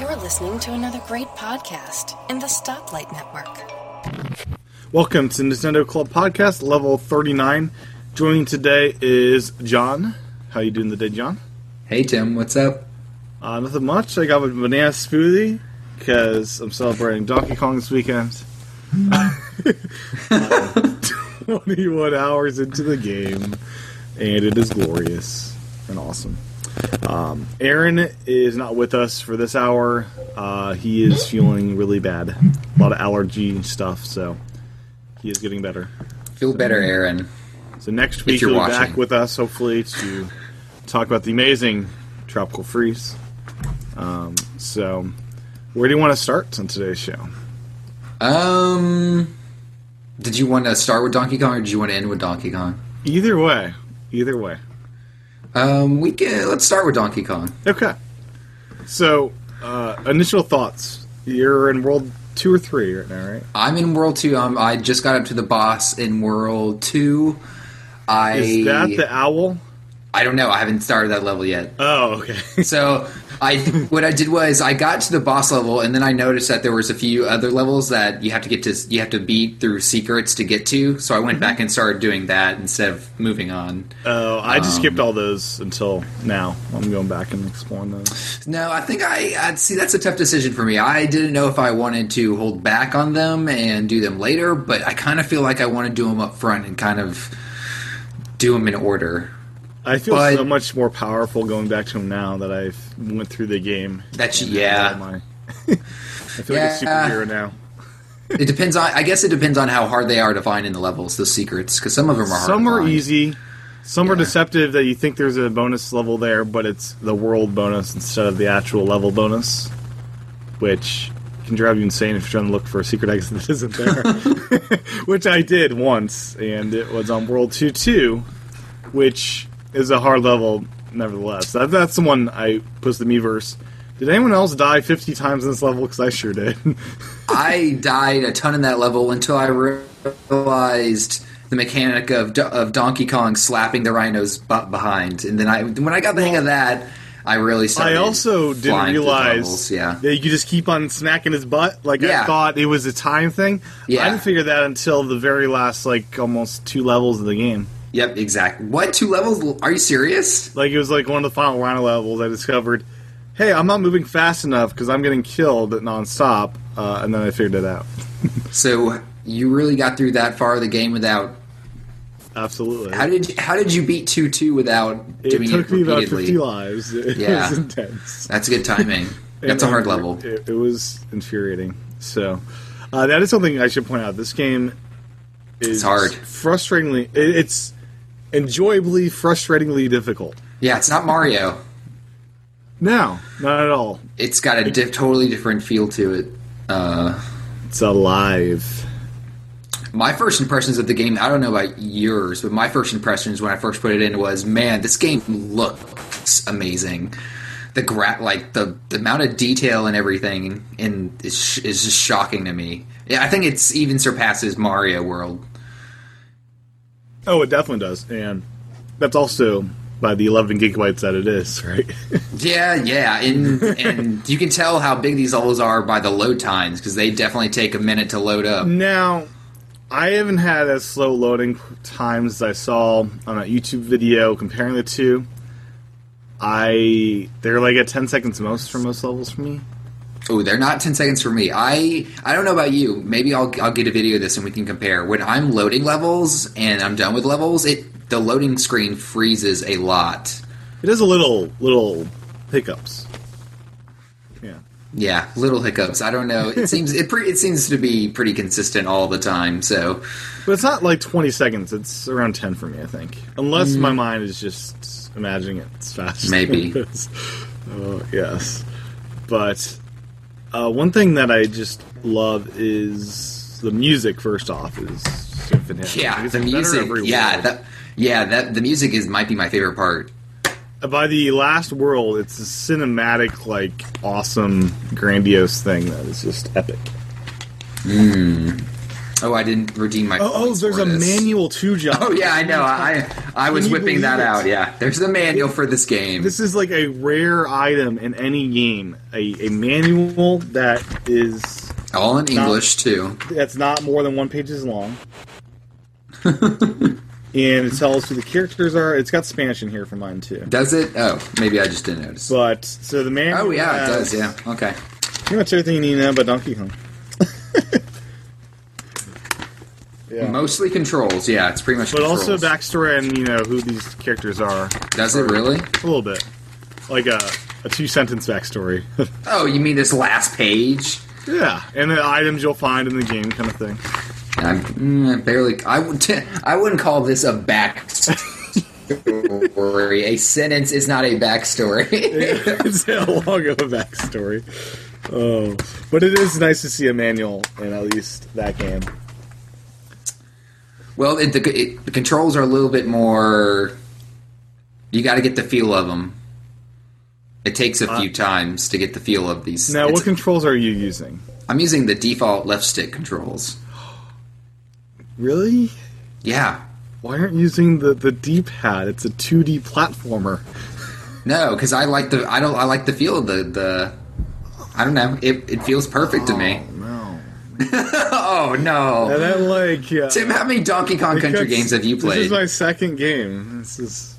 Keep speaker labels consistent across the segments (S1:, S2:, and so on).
S1: You're listening to another great podcast in the Stoplight Network.
S2: Welcome to Nintendo Club Podcast Level 39. Joining today is John. How you doing today, John?
S3: Hey Tim, what's up?
S2: Uh, nothing much. I got a banana smoothie because I'm celebrating Donkey Kong this weekend. Uh, 21 hours into the game, and it is glorious and awesome. Um, Aaron is not with us for this hour. Uh, he is feeling really bad. A lot of allergy stuff, so he is getting better.
S3: Feel better, Aaron.
S2: So next week
S3: you're
S2: you'll be
S3: watching.
S2: back with us, hopefully, to talk about the amazing tropical freeze. Um, so, where do you want to start on today's show?
S3: Um, did you want to start with Donkey Kong or did you want to end with Donkey Kong?
S2: Either way, either way.
S3: Um, we can let's start with Donkey Kong.
S2: Okay. So, uh, initial thoughts. You're in world two or three right now, right?
S3: I'm in World Two. Um, I just got up to the boss in World Two. I
S2: Is that the owl?
S3: I don't know. I haven't started that level yet.
S2: Oh, okay.
S3: So I what I did was I got to the boss level and then I noticed that there was a few other levels that you have to get to you have to beat through secrets to get to. So I
S2: Mm-hmm.
S3: went back and started doing that instead of moving on.
S2: Oh, I just skipped
S3: Um.
S2: all those until now. I'm going back and exploring those.
S3: No, I think I I'd see that's a tough decision for me. I didn't know if I wanted to hold back on them and do them later, but I kind of feel like I want to do them up front and kind of do them in order.
S2: I feel
S3: But-
S2: so much more powerful going back to them now that I've went through the game.
S3: That's
S2: Oh,
S3: yeah.
S2: my. I feel like a
S3: Yeah.
S2: superhero now.
S3: It depends on I guess it depends on how hard they are to find in the levels, the secrets, because some of them are hard.
S2: Some
S3: to
S2: are
S3: find.
S2: easy, some are
S3: Yeah.
S2: deceptive that you think there's a bonus level there, but it's the world bonus instead of the actual level bonus, which can drive you insane if you're trying to look for a secret exit that isn't there. which I did once, and it was on World 2 2, which is a hard level nevertheless. That, that's the one I posted the Miiverse. Did anyone else die 50 times in this level? Because I sure did.
S3: I died a ton in that level until I realized the mechanic of Do- of Donkey Kong slapping the rhino's butt behind, and then I when I got the hang of that, I really started.
S2: I also didn't
S3: flying through
S2: realize
S3: levels, yeah.
S2: that you could just keep on smacking his butt. Like I
S3: Yeah.
S2: thought it was a time thing. I
S3: Yeah.
S2: didn't figure that until the very last, like almost two levels of the game.
S3: Yep, exactly. What two levels? Are you serious?
S2: Like it was like one of the final rhino levels. I discovered, hey, I'm not moving fast enough because I'm getting killed nonstop. Uh, and then I figured it out.
S3: So you really got through that far of the game without?
S2: Absolutely.
S3: How did you, how did you beat two two without
S2: it
S3: doing
S2: took
S3: it
S2: me about
S3: repeatedly?
S2: 50 lives. It
S3: Yeah.
S2: was intense.
S3: That's good timing. That's a
S2: And
S3: hard
S2: it-
S3: level.
S2: It, it was infuriating. So uh, that is something I should point out. This game is
S3: hard.
S2: Frustratingly, it, it's enjoyably frustratingly difficult.
S3: Yeah, it's not Mario.
S2: No, not at all.
S3: It's got a diff- totally different feel to it. Uh,
S2: It's alive.
S3: My first impressions of the game, I don't know about yours, but my first impressions when I first put it in was, man, this game looks amazing. The gra- like the, the amount of detail and everything in is, sh- is just shocking to me. Yeah, I think it's even surpasses Mario World.
S2: Oh, it definitely does, and that's also by the 11 gigabytes that it is, right?
S3: Yeah, yeah, and and you can tell how big these levels are by the load times because they definitely take a minute to load up.
S2: Now, I haven't had as slow loading times as I saw on that YouTube video comparing the two. I they're like at 10 seconds most for most levels for me.
S3: Oh, they're not ten seconds for me. I I don't know about you. Maybe I'll I'll get a video of this and we can compare. When I'm loading levels and I'm done with levels, it the loading screen freezes a lot.
S2: It is a little little hiccups. Yeah.
S3: Yeah, little hiccups. I don't know. It seems it pre, it seems to be pretty consistent all the time. So
S2: But it's not like 20 seconds. It's around 10 for me, I think. Unless my mind is just imagining it it's fast.
S3: Mm. Maybe.
S2: oh, yes. But uh, one thing that I just love is the music, first off, is so fantastic.
S3: yeah,
S2: It's
S3: the
S2: better
S3: music.
S2: every
S3: Yeah,
S2: world.
S3: that, yeah, that the music is might be my favorite part.
S2: Uh, By the last world, it's a cinematic, like, awesome, grandiose thing that is just epic.
S3: Oh, I didn't redeem my.
S2: Oh, oh
S3: points
S2: there's
S3: for
S2: a
S3: this.
S2: manual too, John.
S3: Oh yeah, I know. I I was
S2: Can you
S3: whipping that
S2: believe it?
S3: out. Yeah, there's a manual for this game.
S2: This is like a rare item in any game. A, a manual that is
S3: All in English too.
S2: that's not more than one pages long. and it tells who the characters are. It's got Spanish in here for mine too.
S3: Does it? Oh, maybe I just didn't notice.
S2: But so the man.
S3: Oh yeah, it does. Yeah. Okay.
S2: Pretty much everything you need to know about Donkey Kong. yeah.
S3: Mostly controls. Yeah, it's pretty much.
S2: but
S3: controls.
S2: also backstory and you know who these characters are.
S3: Does it really?
S2: A little bit, like a, a two sentence backstory.
S3: Oh, you mean this last page?
S2: yeah, and the items you'll find in the game, kind of thing.
S3: I'm mm, I barely. I would. I wouldn't call this a backstory. a sentence is not a backstory.
S2: it's a long of a backstory. Oh, but it is nice to see a manual in at least that game.
S3: well, it, the, it, the controls are a little bit more. You got to get the feel of them. It takes a few times to get the feel of these.
S2: Uh, Now, what
S3: it's-
S2: controls are you using?
S3: I'm using the default left stick controls.
S2: Really?
S3: Yeah.
S2: Why aren't you using the the D pad? It's a 2D platformer.
S3: No, because I like the. I don't. I like the feel of the the. I don't know. It, it feels perfect to me.
S2: No.
S3: Oh no.
S2: And then like yeah.
S3: Tim, how many Donkey Kong Country
S2: Because
S3: games have you
S2: This
S3: played?
S2: is my second game. This is,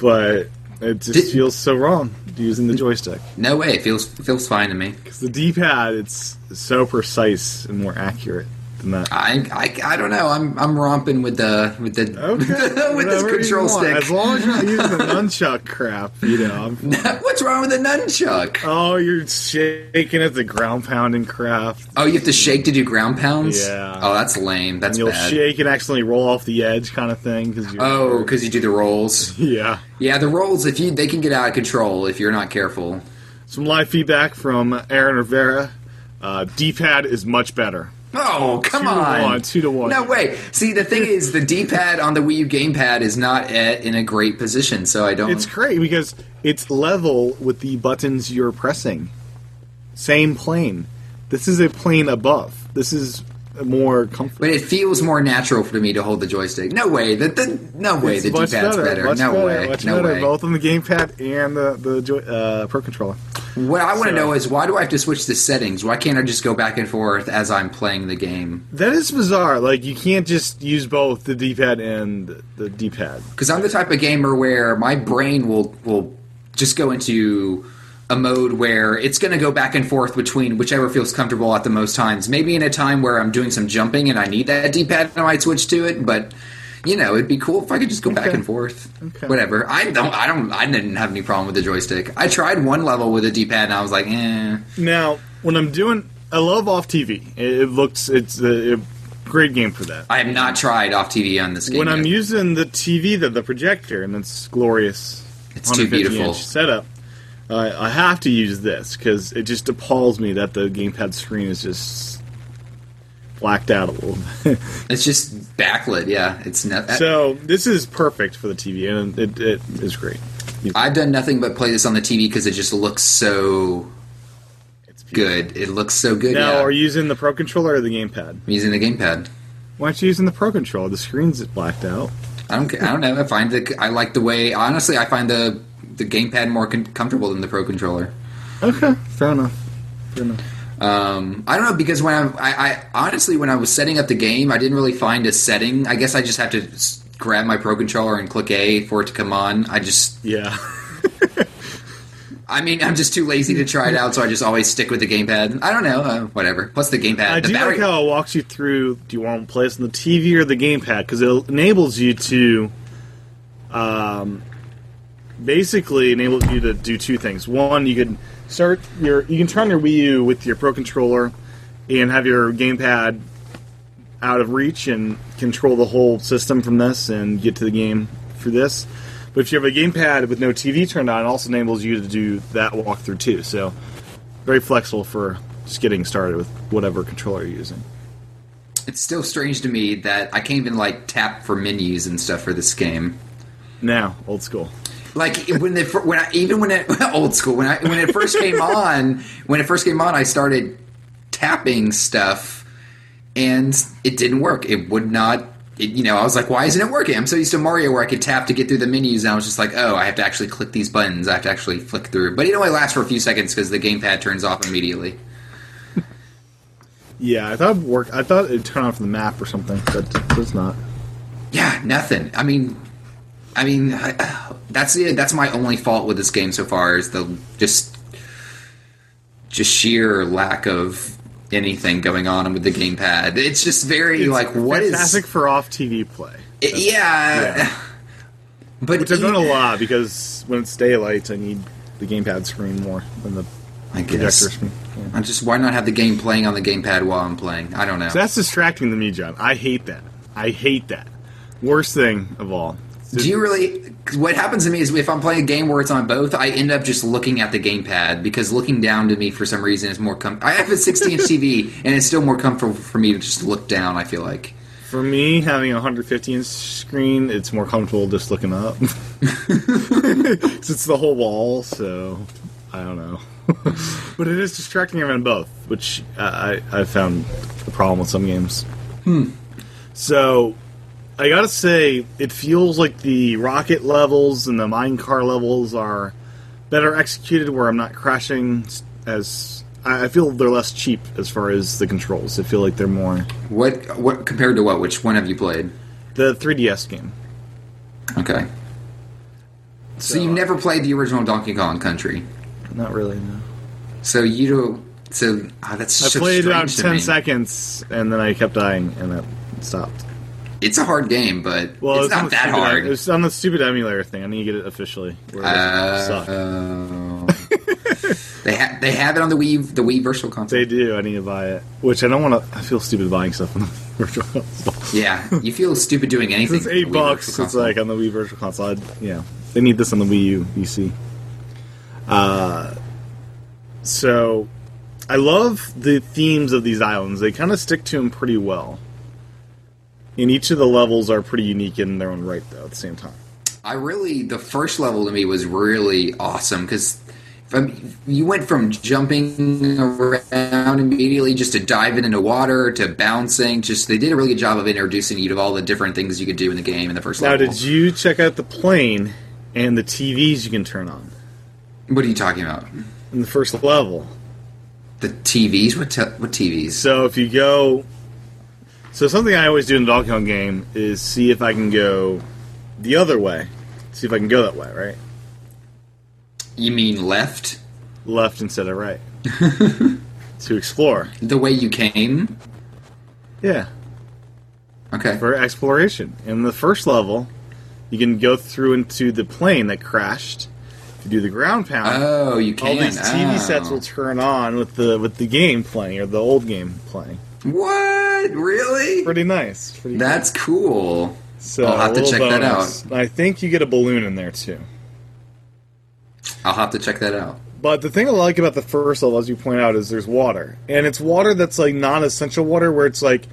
S2: but it just
S3: Did-
S2: feels so wrong using the joystick
S3: no way. It feels it feels fine to me.
S2: because the D-pad it's so precise and more accurate than that.
S3: I, I, I don't know. I'm I'm romping with the with the
S2: Okay,
S3: with this
S2: whatever you
S3: control
S2: want.
S3: stick.
S2: As long as you're not using the nunchuck crap, you know. I'm,
S3: What's wrong with the nunchuck?
S2: oh, you're shaking at the ground pounding crap.
S3: oh, you have to shake to do ground pounds.
S2: Yeah.
S3: Oh, that's lame. That's
S2: You'll
S3: bad.
S2: shake and accidentally roll off the edge, kind of thing. Cause you're,
S3: Oh, because you do the rolls.
S2: yeah.
S3: Yeah, the rolls. If you they can get out of control if you're not careful.
S2: Some live feedback from Aaron Rivera. Uh, D-pad is much better.
S3: Oh, come
S2: Two to
S3: on.
S2: one, two to one.
S3: No way. See, the thing is, the D pad on the Wii U gamepad is not at, in a great position, so I don't.
S2: It's great because it's level with the buttons you're pressing. Same plane. This is a plane above. This is more comfortable.
S3: but it feels more natural for me to hold the joystick. No way. The, the, no way. the D pad's better.
S2: much
S3: No
S2: better,
S3: way.
S2: much
S3: No
S2: better,
S3: way.
S2: both on the gamepad and the the joy, uh, pro controller.
S3: What I want to
S2: So-
S3: know is why do I have to switch the settings? Why can't I just go back and forth as I'm playing the game?
S2: That is bizarre. Like you can't just use both the D-pad and the D-pad.
S3: Because I'm the type of gamer where my brain will will just go into a mode where it's going to go back and forth between whichever feels comfortable at the most times. Maybe in a time where I'm doing some jumping and I need that D-pad, I might switch to it. But you know, it'd be cool if I could just go back and forth.
S2: Okay.
S3: Whatever. I don't. I don't. I didn't have any problem with the joystick. I tried one level with a D-pad and I was like, eh.
S2: Now, when I'm doing, I love off TV. It, it looks it's a, a great game for that.
S3: I have not tried off TV on this game.
S2: when I'm
S3: yet.
S2: using the TV, the, the projector, and it's glorious.
S3: It's too
S2: 150
S3: beautiful.
S2: Inch setup. I I have to use this because it just appalls me that the gamepad screen is just blacked out a little bit.
S3: It's just backlit, yeah. It's no,
S2: so this is perfect for the TV, and it, it is great.
S3: I've done nothing but play this on the TV because it just looks so
S2: It's
S3: good. It looks so good.
S2: Now,
S3: yeah.
S2: are you using the Pro Controller or the gamepad?
S3: I'm using the gamepad.
S2: Why aren't you using the Pro Controller? The screen's blacked out.
S3: I don't. ca- I don't know. I find the. I like the way. Honestly, I find the the gamepad more con- comfortable than the Pro controller.
S2: Okay, fair enough. Fair enough.
S3: Um, I don't know because when I'm, I, I honestly when I was setting up the game, I didn't really find a setting. I guess I just have to s- grab my Pro controller and click A for it to come on. I just.
S2: Yeah.
S3: I mean, I'm just too lazy to try it out, so I just always stick with the gamepad. I don't know. Uh, whatever. Plus the gamepad.
S2: I
S3: the
S2: do like how it walks you through. Do you want to play this on the TV or the gamepad? Because it enables you to, um, basically enables you to do two things. One, you can start your, you can turn your Wii U with your Pro controller, and have your gamepad out of reach and control the whole system from this and get to the game through this. But if you have a gamepad with no TV turned on, it also enables you to do that walkthrough too. So very flexible for just getting started with whatever controller you're using.
S3: It's still strange to me that I can't even like tap for menus and stuff for this game.
S2: Now, old school.
S3: Like when the fir- when I even when it old school when I when it first came on when it first came on I started tapping stuff and it didn't work. It would not. It, you know, I was like, why isn't it working? I'm so used to Mario where I could tap to get through the menus, and I was just like, oh, I have to actually click these buttons. I have to actually flick through. But it only lasts for a few seconds because the gamepad turns off immediately.
S2: Yeah, I thought it worked. I thought it'd turn off the map or something, but it's not.
S3: Yeah, nothing. I mean, I mean, I, that's it. That's my only fault with this game so far is the just just sheer lack of anything going on with the gamepad. It's just very
S2: It's
S3: like what is
S2: fantastic for off TV play?
S3: it- yeah.
S2: yeah.
S3: But
S2: Which I've done a
S3: e-
S2: lot because when it's daylight, I need the gamepad screen more than the
S3: I
S2: projector
S3: guess.
S2: screen. Yeah.
S3: I just why not have the game playing on the gamepad while I'm playing? I don't know.
S2: So that's distracting to me, John. I hate that. I hate that. Worst thing of all.
S3: Do you really? 'cause What happens to me is if I'm playing a game where it's on both, I end up just looking at the gamepad because looking down to me for some reason is more. Com- I have a 60 inch TV and it's still more comfortable for me to just look down. I feel like.
S2: For me, having a 150 inch screen, it's more comfortable just looking up. 'Cause it's the whole wall, so I don't know. but it is distracting having both, which I, I I found a problem with some games. Hmm. So I gotta say, it feels like the rocket levels and the mine car levels are better executed where I'm not crashing s- as. I I feel they're less cheap as far as the controls. I feel like they're more
S3: What what compared to what? Which one have you played?
S2: the 3DS game.
S3: Okay. So, you
S2: uh,
S3: never played the original Donkey Kong Country.
S2: Not really. No.
S3: So you don't. So ah, that's
S2: I
S3: so
S2: played about
S3: strange to
S2: ten
S3: me.
S2: seconds, and then I kept dying, and it stopped.
S3: It's a hard game, but
S2: Well, it was
S3: it's
S2: on
S3: not
S2: the
S3: that
S2: stupid,
S3: hard.
S2: It was on the stupid emulator thing. I need to get it officially. Where it sucked.
S3: Uh, they ha- they have it on the Wii the Wii Virtual Console.
S2: they do. I need to buy it, which I don't want to. I feel stupid buying stuff on the virtual console.
S3: yeah, you feel stupid doing anything.
S2: It's
S3: on the
S2: eight
S3: Wii
S2: bucks.
S3: Virtual
S2: It's
S3: Console.
S2: like on the Wii Virtual Console. I'd, yeah, they need this on the Wii U. You see. Uh, so I love the themes of these islands. They kind of stick to them pretty well. And each of the levels are pretty unique in their own right, though. At the same time,
S3: I really the first level to me was really awesome because. From, you went from jumping around immediately just to diving into water to bouncing. Just they did a really good job of introducing you to all the different things you could do in the game in the first
S2: now
S3: level.
S2: did you check out the plane and the TVs you can turn on
S3: what are you talking about?
S2: in the first level?
S3: The TVs? What, te- what TVs?
S2: So if you go, so something I always do in the Donkey Kong game is see if I can go the other way, see if I can go that way, right?
S3: You mean left?
S2: Left instead of right to explore.
S3: The way you came?
S2: Yeah,
S3: Okay.
S2: for exploration. In the first level, you can go through into the plane that crashed. If you do the ground pound,
S3: Oh, you
S2: all
S3: can.
S2: these TV
S3: oh.
S2: sets will turn on with the with the game playing or the old game playing.
S3: What? Really?
S2: Pretty nice. Pretty
S3: That's cool.
S2: So
S3: I'll have
S2: a
S3: to
S2: little
S3: check that
S2: bonus. I think you get a balloon in there too.
S3: I'll have to check that out.
S2: But the thing I like about the first level, as you point out, is there's water, and it's water that's like non-essential water, where it's like,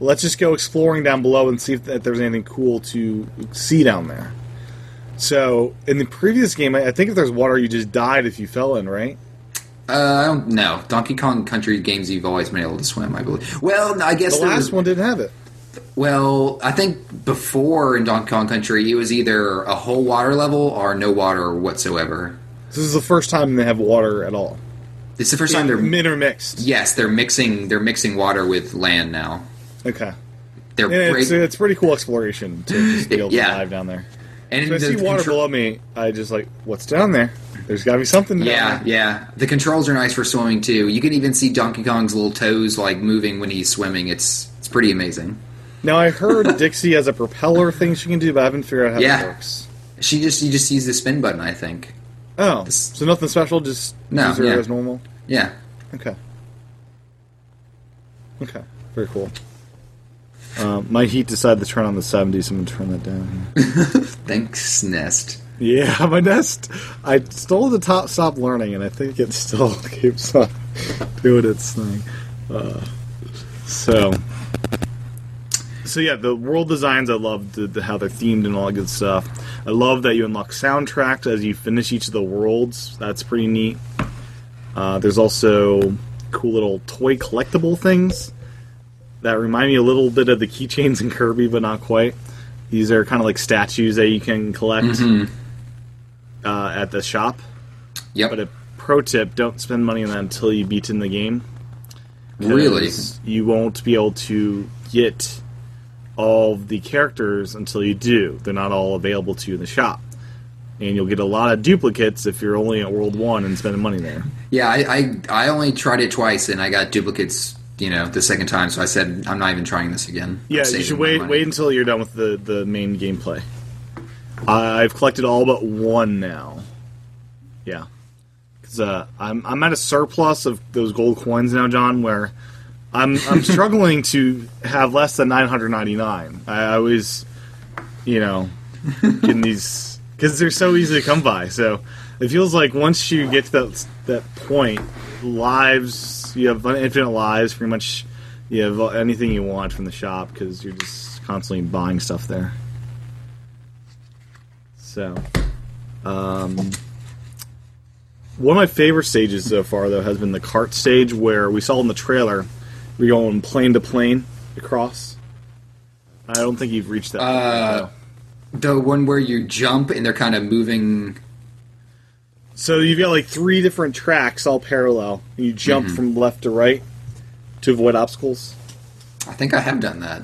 S2: let's just go exploring down below and see if, if there's anything cool to see down there. So in the previous game, I, I think if there's water, you just died if you fell in, right?
S3: Uh, I don't know. Donkey Kong Country games, you've always been able to swim, I believe. Well, no, I guess
S2: The
S3: there
S2: last
S3: was-
S2: one didn't have it.
S3: Well, I think before in Donkey Kong Country, it was either a whole water level or no water whatsoever.
S2: This is the first time they have water at all.
S3: It's the first time they're
S2: intermixed.
S3: yes, they're mixing they're mixing water with land now.
S2: Okay.
S3: They're
S2: And
S3: break-
S2: it's, uh, it's pretty cool exploration to just be able to
S3: Yeah.
S2: dive down there.
S3: and
S2: When I
S3: the
S2: see water
S3: control-
S2: below me, I just like, what's down there? There's got to be something. Down
S3: Yeah,
S2: there.
S3: yeah. The controls are nice for swimming too. You can even see Donkey Kong's little toes like moving when he's swimming. It's it's pretty amazing.
S2: Now I heard Dixie has a propeller thing she can do, but I haven't figured out how
S3: Yeah.
S2: that works.
S3: She just you just use the spin button, I think.
S2: Oh, so nothing special, just
S3: No,
S2: use her
S3: yeah.
S2: as normal.
S3: Yeah.
S2: Okay. Okay. Very cool. Uh, my heat decided to turn on the 70s. I'm gonna turn that down.
S3: Thanks, Nest.
S2: yeah, my nest. I stole the top stop learning, and I think it still keeps on doing its thing. Uh, so, so yeah, the world designs I love the, the, how they're themed and all that good stuff. I love that you unlock soundtracks as you finish each of the worlds. That's pretty neat. Uh, there's also cool little toy collectible things that remind me a little bit of the keychains in Kirby, but not quite. These are kind of like statues that you can collect uh, at the shop.
S3: Yep.
S2: But a pro tip: don't spend money on that until you beat in the game. 'cause
S3: really?
S2: you won't be able to get all of the characters until you do. They're not all available to you in the shop, and you'll get a lot of duplicates if you're only at World One and spending money there.
S3: Yeah, I, I I only tried it twice and I got duplicates, you know, the second time. So I said I'm not even trying this again. I'm
S2: Yeah, you
S3: saving
S2: should
S3: my
S2: wait
S3: money.
S2: wait until you're done with the, the main gameplay. I've collected all but one now. Yeah, because uh, I'm I'm at a surplus of those gold coins now, John. Where I'm I'm struggling to have less than 999. I I always, you know, getting these because they're so easy to come by. So it feels like once you get to that that point, lives you have infinite lives. Pretty much, you have anything you want from the shop because you're just constantly buying stuff there. So, um, one of my favorite stages so far though has been the cart stage where we saw in the trailer we're going plane to plane across. I don't think you've reached that. point yet, though.
S3: The one where you jump and they're kind of moving.
S2: So you've got like three different tracks all parallel, and you jump
S3: Mm-hmm.
S2: from left to right to avoid obstacles.
S3: I think I have done that.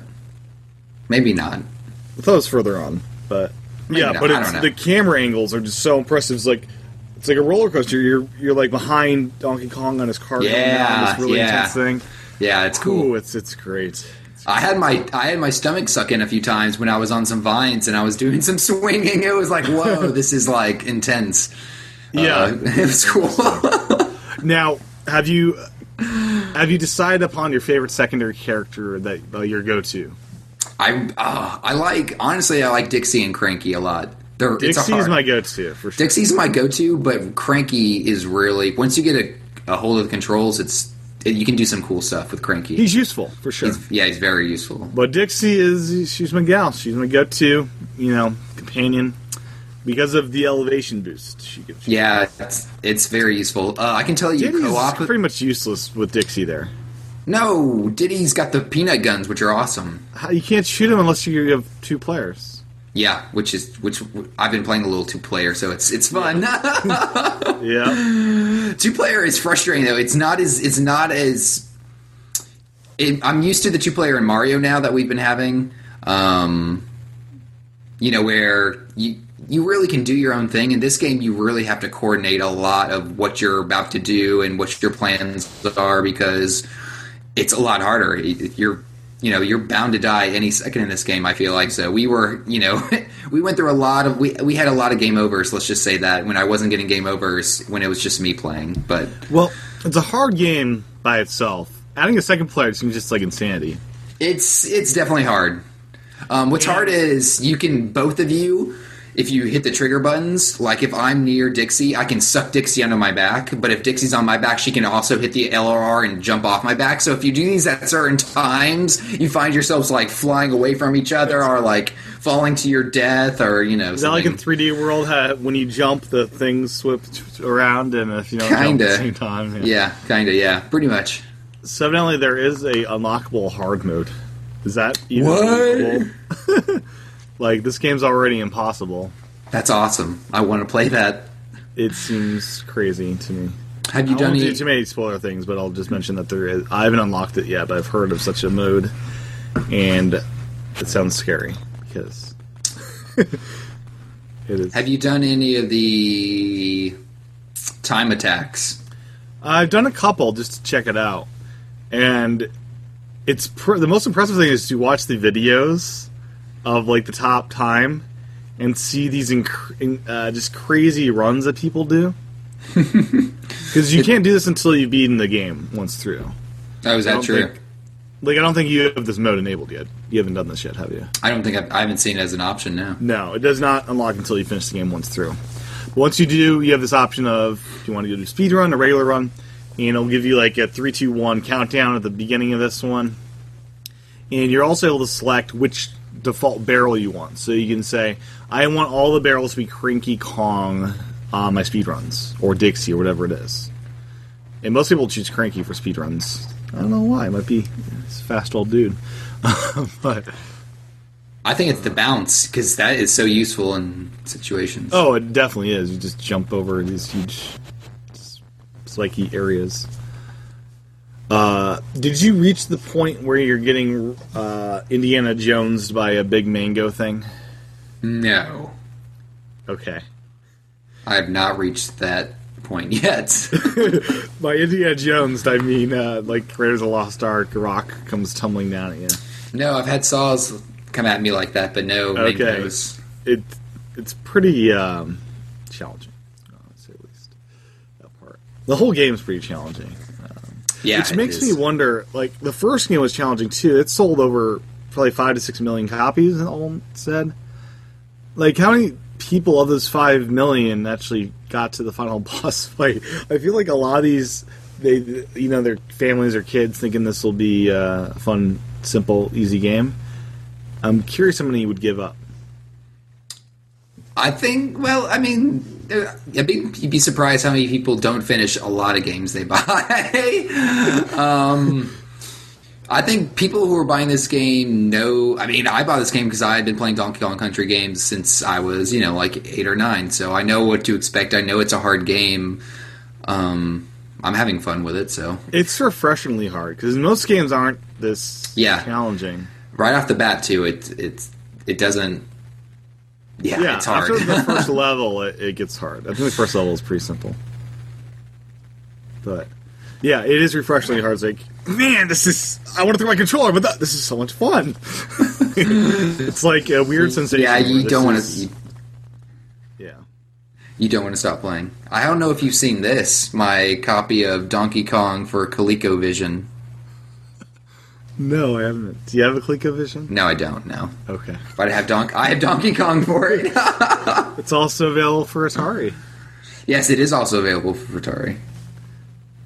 S3: Maybe not.
S2: I thought it was further on, but yeah,
S3: not.
S2: but
S3: I don't
S2: it's,
S3: know.
S2: the camera angles are just so impressive. It's like it's like a roller coaster. You're you're like behind Donkey Kong on his car. going down
S3: Yeah,
S2: this really
S3: yeah.
S2: intense thing.
S3: Yeah, it's cool.
S2: Ooh, it's it's great.
S3: I had my I had my stomach suck in a few times when I was on some vines and I was doing some swinging. It was like, whoa, this is like intense.
S2: Yeah.
S3: Uh, it was cool.
S2: Now, have you have you decided upon your favorite secondary character that uh, your go to?
S3: I uh, I like honestly I like Dixie and Cranky a lot. They're, it's a
S2: Dixie is
S3: hard-
S2: my go to for sure.
S3: Dixie's my go-to, but Cranky is really once you get a, a hold of the controls, it's you can do some cool stuff with Cranky.
S2: He's useful for sure.
S3: yeah, he's very useful.
S2: But Dixie is she's my gal. She's my go-to, you know, companion because of the elevation boost she gives. you.
S3: Yeah, it's, it's very useful. Uh, I can tell you
S2: Diddy's
S3: co-op.
S2: pretty much useless with Dixie there.
S3: no, Diddy's got the peanut guns, which are awesome.
S2: How- You can't shoot him unless you have two players.
S3: Yeah, which is which I've been playing a little two-player, so it's it's fun.
S2: Yeah,
S3: two player is frustrating though. It's not as it's not as it, I'm used to the two player in Mario now that we've been having. Um, you know where you you really can do your own thing. In this game, you really have to coordinate a lot of what you're about to do and what your plans are because it's a lot harder. You're you know you're bound to die any second in this game. I feel like so we were you know we went through a lot of we we had a lot of game overs. Let's just say that when I wasn't getting game overs when it was just me playing, but
S2: well, it's a hard game by itself. Adding a second player seems just like insanity.
S3: it's it's definitely hard. Um, what's hard is you can both of you. If you hit the trigger buttons, like if I'm near Dixie, I can suck Dixie onto my back. But if Dixie's on my back, she can also hit the LRR and jump off my back. So if you do these at certain times, you find yourselves like flying away from each other, or like falling to your death, or you know.
S2: Is that like in
S3: something.
S2: 3D World how, when you jump, the things swip around, and if you don't jump at
S3: Kinda.
S2: the same time,
S3: yeah, kind of. Yeah, pretty much.
S2: So evidently there is a unlockable hard mode. Is that even
S3: What?
S2: believable? like this game's already impossible.
S3: That's awesome. I want to play that.
S2: It seems crazy to me.
S3: Have you
S2: I
S3: done
S2: won't
S3: any?
S2: do too many spoiler things, but I'll just mention that there is. I haven't unlocked it yet, but I've heard of such a mode, and it sounds scary because it is.
S3: Have you done any of the time attacks?
S2: I've done a couple just to check it out, and it's pr- the most impressive thing is to watch the videos of like the top time and see these inc- in, uh, just crazy runs that people do. Because you can't do this until you've beaten the game once through.
S3: Oh, is
S2: I
S3: that
S2: don't
S3: true?
S2: think- Like I don't think you have this mode enabled yet. You haven't done this yet, have you?
S3: I don't think I've, I haven't seen it as an option now.
S2: No, it does not unlock until you finish the game once through. Once you do, you have this option of do you want to do a speed run, a regular run, and it'll give you like a three, two, one countdown at the beginning of this one. And you're also able to select which default barrel you want. So you can say, I want all the barrels to be Cranky Kong uh, on my speedruns, or Dixie, or whatever it is. And most people choose Cranky for speedruns. I don't know why. It might be it's a fast old dude, but
S3: I think it's the bounce because that is so useful in situations.
S2: oh, it definitely is. You just jump over these huge s- spiky areas. Uh, did you reach the point where you're getting uh, Indiana Jones by a big mango thing?
S3: no,
S2: Okay.
S3: I have not reached that point yet.
S2: By Indiana Jones, I mean uh, like Raiders of the Lost Ark, a rock comes tumbling down at you.
S3: no, I've had saws come at me like that, but no
S2: Okay.
S3: mangoes.
S2: It it's pretty um, challenging, uh, to say the least. That part. The whole game's pretty challenging,
S3: Yeah,
S2: which
S3: it
S2: makes me
S3: is.
S2: wonder. Like the first game was challenging too. It sold over probably five to six million copies. and All said, like how many people of those five million actually got to the final boss fight? I feel like a lot of these, they you know their families or kids thinking this will be uh, a fun, simple, easy game. I'm curious how many would give up.
S3: I think. Well, I mean, uh, I'd be, you'd be surprised how many people don't finish a lot of games they buy. um, I think people who are buying this game know. I mean, I bought this game because I had been playing Donkey Kong Country games since I was, you know, like eight or nine. So I know what to expect. I know it's a hard game. Um, I'm having fun with it. So
S2: It's refreshingly hard because most games aren't this
S3: Yeah.
S2: challenging.
S3: right off the bat, too, it it it doesn't. Yeah,
S2: Yeah,
S3: it's hard.
S2: after the first level, it, it gets hard. I think the first level is pretty simple, but yeah, it is refreshingly hard. It's like, man, this is I want to throw my controller, but that, this is so much fun. it's like a weird sensation.
S3: yeah,
S2: where
S3: you
S2: this
S3: don't want
S2: is-
S3: to.
S2: Yeah.
S3: You don't want to stop playing. I don't know if you've seen this, my copy of Donkey Kong for ColecoVision.
S2: No, I haven't. Do you have a ColecoVision?
S3: No, I don't know.
S2: Okay,
S3: But I have Don- I have Donkey Kong for it.
S2: it's also available for Atari.
S3: yes, it is also available for Atari.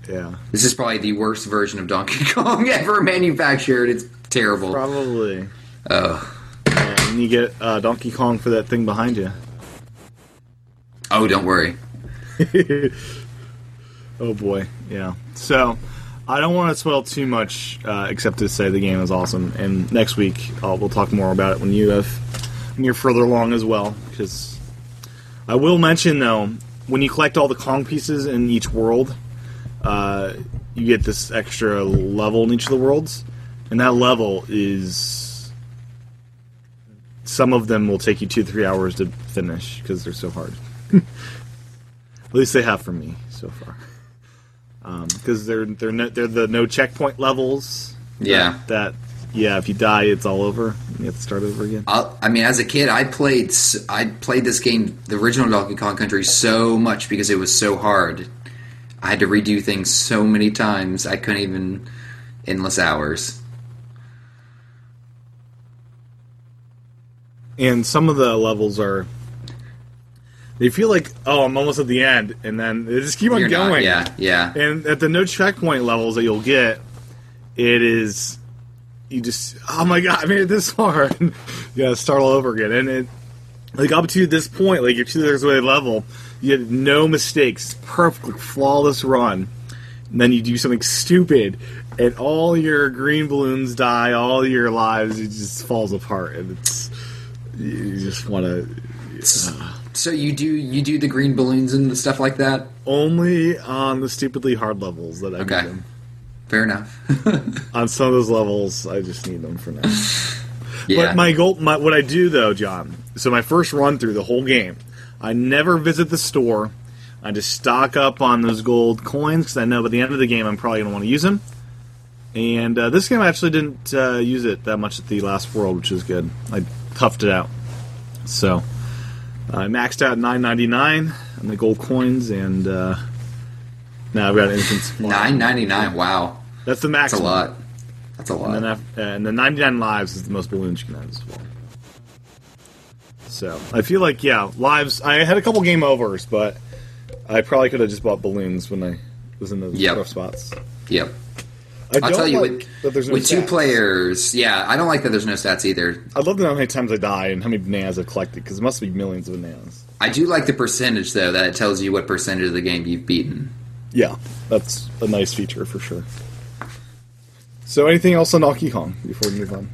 S2: Yeah,
S3: This is probably the worst version of Donkey Kong ever manufactured. It's terrible.
S2: probably.
S3: Ugh.
S2: And you get uh, Donkey Kong for that thing behind you.
S3: oh, don't worry.
S2: Oh boy, yeah. So I don't want to spoil too much, uh, except to say the game is awesome. And next week uh, we'll talk more about it when you have when you're further along as well. Because I will mention though, when you collect all the Kong pieces in each world, uh, you get this extra level in each of the worlds, and that level is some of them will take you two three hours to finish because they're so hard. At least they have for me so far. Because they're they're no, they're the no checkpoint levels.
S3: Yeah.
S2: That yeah, if you die, it's all over. You have to start over again.
S3: I'll, I mean, as a kid, I played s- I played this game, the original Donkey Kong Country, so much because it was so hard. I had to redo things so many times. I couldn't even endless hours.
S2: And some of the levels are. They feel like oh, I'm almost at the end, and then they just keep on
S3: You're
S2: going.
S3: not, yeah, yeah.
S2: And at the no checkpoint levels that you'll get, it is you just oh my god, I made it this far. you gotta start all over again. And it like up to this point, like your two thirds way level, you had no mistakes, perfectly flawless run. And then you do something stupid, and all your green balloons die, all your lives it just falls apart, and it's you just want to
S3: So you do you do the green balloons and the stuff like that?
S2: only on the stupidly hard levels that I
S3: Okay.
S2: do them.
S3: Fair enough.
S2: on some of those levels, I just need them for now.
S3: yeah.
S2: But my goal, my, what I do though, John. So my first run through the whole game, I never visit the store. I just stock up on those gold coins because I know by the end of the game I'm probably going to want to use them. And uh, this game I actually didn't uh, use it that much at the last world, which is good. I toughed it out. So I maxed out 9.99 on the gold coins, and uh, now I've got an instant supply.
S3: Nine ninety nine. Wow,
S2: That's the
S3: that's a
S2: maximum.
S3: lot. That's a
S2: And
S3: lot.
S2: then, af- uh, and then 99 lives is the most balloons you can have as well. So I feel like yeah, lives. I had a couple game overs, but I probably could have just bought balloons when I was in those
S3: Yep.
S2: rough spots.
S3: Yep.
S2: I
S3: I'll
S2: don't
S3: tell you
S2: like
S3: with,
S2: that there's no
S3: with two
S2: stats.
S3: players. Yeah, I don't like that. There's no stats either.
S2: I'd love to know how many times I die and how many bananas I collected because it must be millions of bananas.
S3: I do like the percentage though that it tells you what percentage of the game you've beaten.
S2: Yeah, that's a nice feature for sure. So, anything else on Donkey Kong before we move on?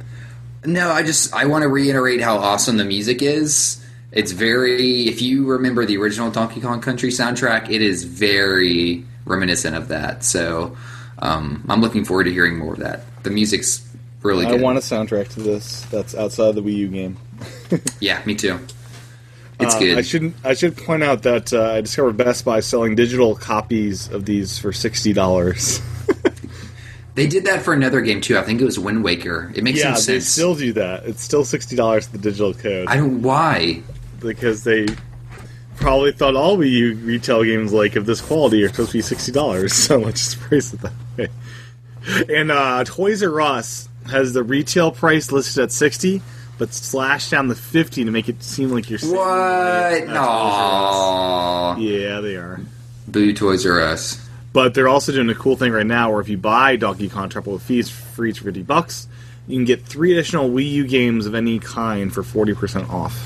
S3: No, I just I want to reiterate how awesome the music is. It's very if you remember the original Donkey Kong Country soundtrack, it is very reminiscent of that. So um, I'm looking forward to hearing more of that. The music's really
S2: I
S3: good.
S2: want a soundtrack to this that's outside the Wii U game.
S3: yeah, me too. It's
S2: Uh,
S3: good.
S2: I shouldn't. I should point out that uh, I discovered Best Buy selling digital copies of these for sixty dollars.
S3: They did that for another game too. I think it was Wind Waker. It makes
S2: Yeah,
S3: no
S2: they
S3: sense.
S2: still do that. It's still sixty dollars the digital code
S3: I don't why.
S2: because they probably thought all Wii U retail games like of this quality are supposed to be sixty dollars. So let's just price it that way. And uh, Toys R Us has the retail price listed at sixty, but slashed down the fifty to make it seem like you're saving
S3: What?
S2: money at Toys R Us.
S3: Aww.
S2: Yeah, they are.
S3: Boo Toys R Us.
S2: But they're also doing a cool thing right now where if you buy Donkey Kong Trouble with Fees for each 50 bucks, you can get three additional Wii U games of any kind for 40% off.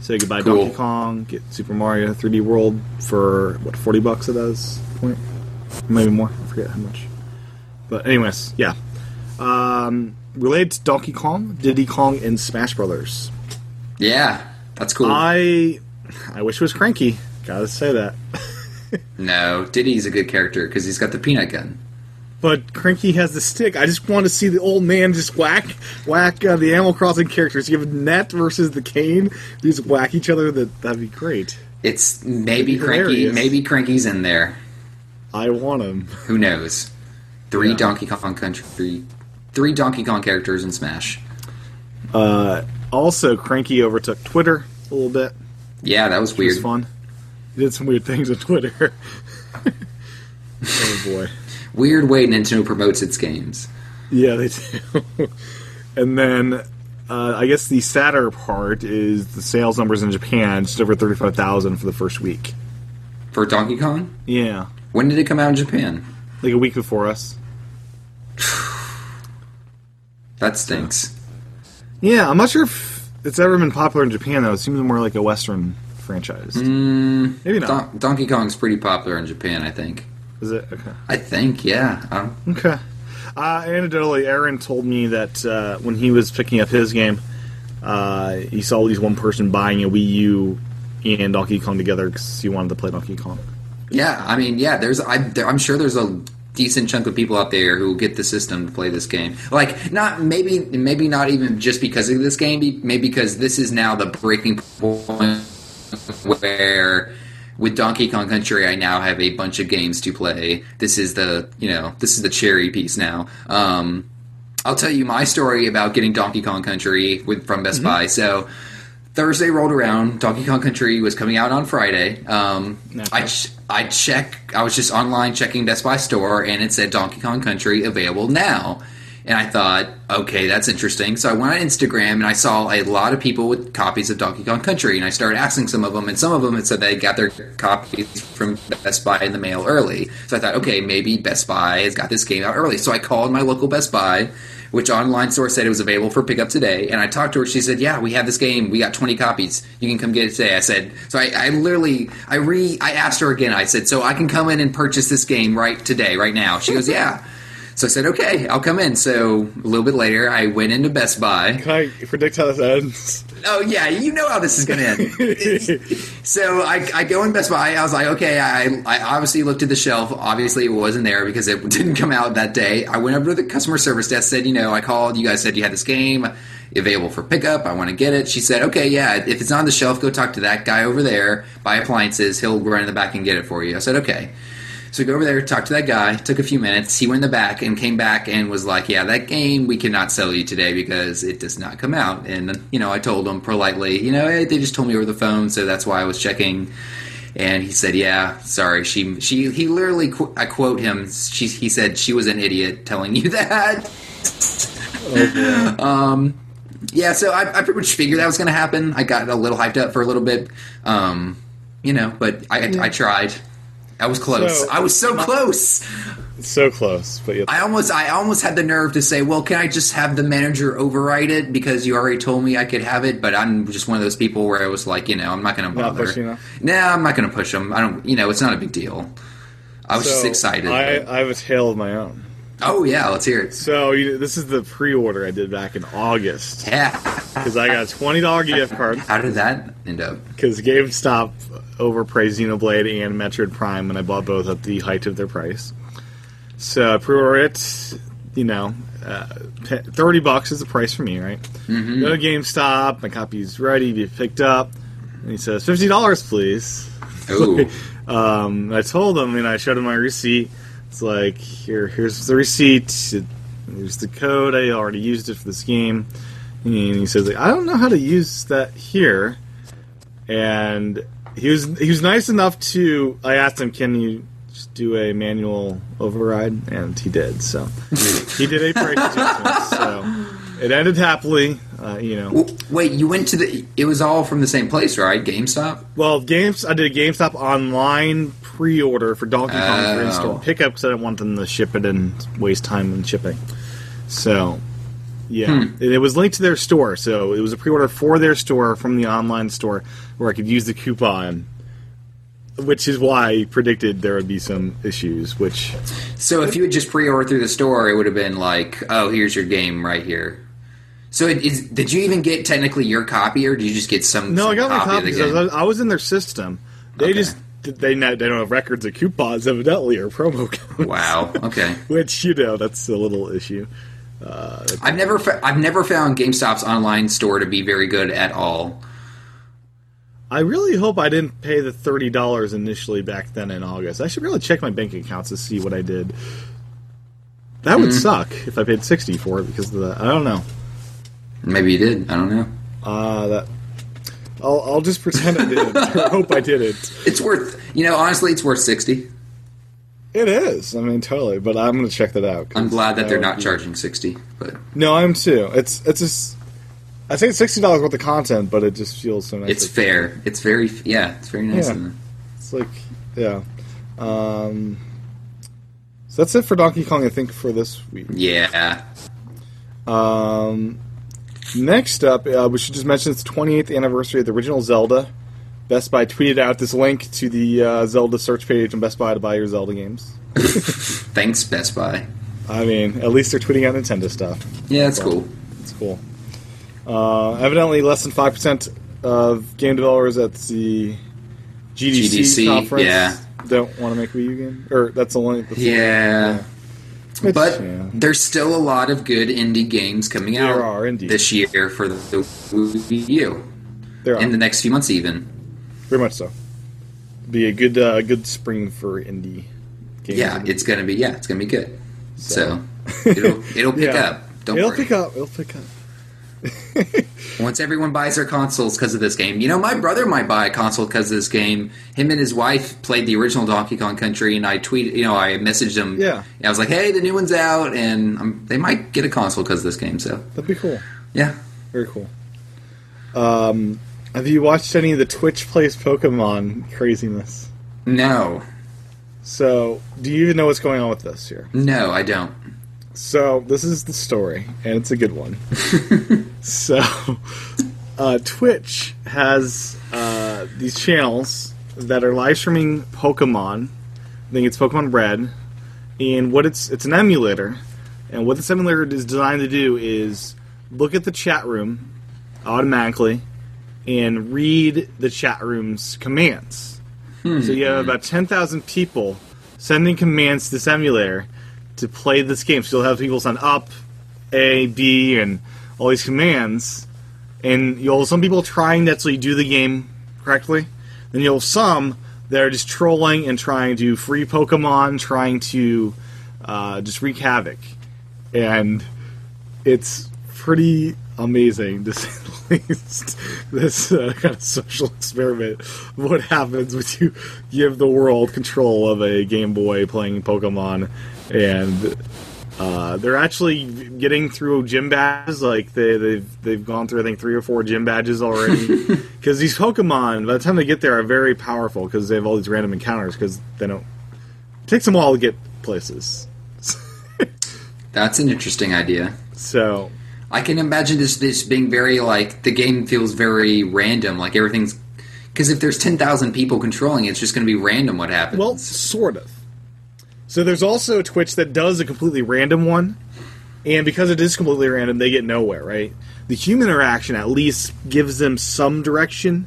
S2: So you could buy
S3: Cool.
S2: Donkey Kong, get Super Mario 3D World for, what, 40 bucks at this point? Maybe more. I forget how much. But, anyways, yeah. Um, related to Donkey Kong, Diddy Kong, and Smash Brothers.
S3: Yeah, that's cool.
S2: I, I wish it was Cranky. Gotta say that.
S3: no, Diddy's a good character because he's got the peanut gun.
S2: But Cranky has the stick. I just want to see the old man just whack, whack uh, the Animal Crossing characters. You have Net versus the Cane. They just whack each other. That that'd be great.
S3: It's maybe
S2: That'd be
S3: cranky.
S2: hilarious.
S3: Maybe cranky's in there.
S2: I want him.
S3: Who knows? Three
S2: Yeah.
S3: Donkey Kong Country, three Donkey Kong characters in Smash.
S2: Also, Cranky overtook Twitter a little bit.
S3: Yeah, that was
S2: It was
S3: weird.
S2: fun. He did some weird things on Twitter. oh boy.
S3: Weird way Nintendo promotes its games.
S2: Yeah, they do. and then uh, I guess the sadder part is the sales numbers in Japan just over thirty five thousand for the first week.
S3: For Donkey Kong,
S2: Yeah,
S3: when did it come out in Japan?
S2: like a week before us.
S3: That stinks.
S2: Yeah, I'm not sure if it's ever been popular in Japan though. It seems more like a Western franchise.
S3: Mm,
S2: Maybe not.
S3: Don- Donkey Kong's pretty popular in Japan, I think.
S2: Is it okay?
S3: I think, yeah. I don't-
S2: Okay. Uh, anecdotally, Aaron told me that uh, when he was picking up his game, uh, he saw at least one person buying a Wii U and Donkey Kong together because he wanted to play Donkey Kong.
S3: Yeah, I mean, yeah. There's, I, there, I'm sure there's a decent chunk of people out there who get the system to play this game. Like, not maybe, maybe not even just because of this game, be- maybe because this is now the breaking point where, with Donkey Kong Country, I now have a bunch of games to play. This is the, you know, this is the cherry piece now. Um, I'll tell you my story about getting Donkey Kong Country with from Best Buy. So. Thursday rolled around. Donkey Kong Country was coming out on Friday. Um, I ch- I check. I was just online checking Best Buy store, and it said Donkey Kong Country available now. And I thought, okay, that's interesting. So I went on Instagram and I saw a lot of people with copies of Donkey Kong Country, and I started asking some of them, and some of them had said they got their copies from Best Buy in the mail early. So I thought, okay, maybe Best Buy has got this game out early. So I called my local Best Buy which online source said it was available for pickup today. And I talked to her. She said, "Yeah, we have this game. We got 20 copies. You can come get it today." I said, "So I, I literally, I re, I asked her again. I said, "So I can come in and purchase this game right today, right now?" She goes, "Yeah." So I said, "Okay, I'll come in." So a little bit later, I went into Best Buy.
S2: Can I predict how this ends?
S3: Oh yeah, you know how this is going to end. so I, I go in Best Buy. I was like, okay. I, I obviously looked at the shelf. Obviously, it wasn't there because it didn't come out that day. I went up to the customer service desk. Said, you know, I called. You guys said you had this game available for pickup. I want to get it. She said, okay, yeah. If it's on the shelf, go talk to that guy over there by appliances. He'll run in the back and get it for you. I said, okay. So we go over there, talk to that guy. Took a few minutes. He went in the back and came back and was like, "Yeah, that game we cannot sell you today because it does not come out." And you know, I told him politely, you know, "Hey, they just told me over the phone, so that's why I was checking. And he said, "Yeah, sorry." She, she, he literally, qu- I quote him. She, he said, "She was an idiot telling you that." Um, Yeah, so I, I pretty much figured that was going to happen. I got a little hyped up for a little bit, um, you know, but I, I tried. I was close.
S2: So-
S3: I was so close.
S2: So close, but yet
S3: I almost I almost had the nerve to say, "Well, can I just have the manager override it because you already told me I could have it?" But I'm just one of those people where I was like, you know, I'm not going to
S2: Not
S3: bother.
S2: pushing enough?
S3: Nah, I'm not going to push them. I don't, you know, it's not a big deal. I was just
S2: So,
S3: excited.
S2: I, I have a tale of my own.
S3: Oh yeah, let's hear it.
S2: So you, this is the pre-order I did back in August
S3: Yeah.
S2: because I got a twenty dollar gift card
S3: How did that end up?
S2: because GameStop overpriced Xenoblade and Metroid Prime, and I bought both at the height of their price. So I pre-order it. You know, uh, pe- thirty bucks is the price for me, right? Go to GameStop. My copy's ready to be picked up. And he says fifty dollars, please.
S3: Ooh.
S2: Um, I told him, and I showed him my receipt. It's like, here, here's the receipt. It- Here's the code. I already used it for this game. And he says, like, I don't know how to use that here. And he was he was nice enough to. I asked him, can you just do a manual override? And he did. So he did a price adjustment. So it ended happily. Uh, you know.
S3: W- Wait, you went to the? It was all from the same place, right? GameStop.
S2: Well, games. I did a GameStop online pre-order for Donkey Kong for
S3: Oh.
S2: in-store pickup because I didn't want them to ship it and waste time in shipping. So, yeah,
S3: Hmm.
S2: And it was linked to their store, so it was a pre-order for their store from the online store where I could use the coupon, which is why I predicted there would be some issues. Which
S3: So if you had just pre-ordered through the store, it would have been like, "Oh, here's your game right here." So it is, did you even get technically your copy, or did you just get some?
S2: no,
S3: some
S2: I got my copy
S3: of the
S2: because I
S3: game?
S2: was, I was in their system. They
S3: Okay.
S2: just they not, they don't have records of coupons evidently or promo codes.
S3: Wow. Okay.
S2: Which you know that's a little issue.
S3: I've never fa- I've never found GameStop's online store to be very good at all.
S2: I really hope I didn't pay the thirty dollars initially back then in August. I should really check my bank accounts to see what I did. That
S3: Mm-hmm.
S2: would suck if I paid sixty for it because of the I don't know.
S3: Maybe you did. I don't know.
S2: Uh, that I'll I'll just pretend I didn't or hope I didn't.
S3: It's worth you know honestly, it's worth sixty.
S2: It is. I mean, totally. But I'm gonna check that out. 'cause
S3: I'm glad that they're
S2: would
S3: not
S2: be-
S3: charging sixty, but
S2: No, I'm too. It's it's just. I think it's sixty dollars worth of content, but it just feels so nice.
S3: it's
S2: that-
S3: fair. It's very yeah, it's very nice.
S2: Yeah.
S3: of them.
S2: It's like, yeah. Um, so that's it for Donkey Kong, I think, for this week.
S3: Yeah.
S2: Um, next up, uh, we should just mention it's 28th anniversary of the original Zelda. Best Buy tweeted out this link to the uh, Zelda search page on Best Buy to buy your Zelda games.
S3: Thanks, Best Buy.
S2: I mean, at least they're tweeting out Nintendo stuff.
S3: Yeah, that's cool.
S2: It's cool. Uh, evidently, less than 5% of game developers at the GDC,
S3: GDC,
S2: conference
S3: yeah.
S2: don't want to make Wii U game. Or that's the only. That's the-
S3: Yeah.
S2: It's-
S3: But
S2: yeah.
S3: there's still a lot of good indie games coming
S2: There
S3: out
S2: are, indeed.
S3: this year for the Wii U
S2: There are.
S3: in the next few months, even.
S2: Very much so. Be a good uh, good spring for indie games.
S3: Yeah, it's gonna be yeah, it's gonna be good. So, it'll it'll pick
S2: Yeah.
S3: up. Don't
S2: it'll
S3: worry.
S2: pick up. It'll pick up.
S3: Once everyone buys their consoles because of this game, you know, my brother might buy a console because of this game. Him and his wife played the original Donkey Kong Country, and I tweeted, you know, I messaged him.
S2: Yeah.
S3: and I was like, hey, the new one's out, and um, they might get a console because of this game. So,
S2: That'd be cool.
S3: yeah,
S2: Very cool. Um, have you watched any of the Twitch plays Pokemon craziness?
S3: no,
S2: So, do you even know what's going on with this here?
S3: no, I don't.
S2: So this is the story, and it's a good one. so uh, Twitch has uh, these channels that are live streaming Pokemon. I think it's Pokemon Red, and what it's it's an emulator, and what this emulator is designed to do is look at the chat room automatically and read the chat room's commands. So you have about 10,000 people sending commands to this emulator to play this game. So you'll have people send up, A, B, and all these commands. And you'll have some people trying to actually do the game correctly. Then you'll have some that are just trolling and trying to free Pokemon, trying to uh, just wreak havoc. And it's pretty amazing to say the least. This uh, kind of social experiment. of What happens when you give the world control of a Game Boy playing Pokemon, and uh, they're actually getting through gym badges. Like they, they've they've gone through I think three or four gym badges already. Because these Pokemon, by the time they get there, are very powerful because they have all these random encounters. Because they don't it takes them all to get places.
S3: That's an interesting idea.
S2: So
S3: I can imagine this this being very like the game feels very random, like everything's because if there's ten thousand people controlling, it, it's just going to be random what happens.
S2: Well, sort of. So there's also Twitch that does a completely random one, and because it is completely random, they get nowhere, right? The human interaction at least gives them some direction.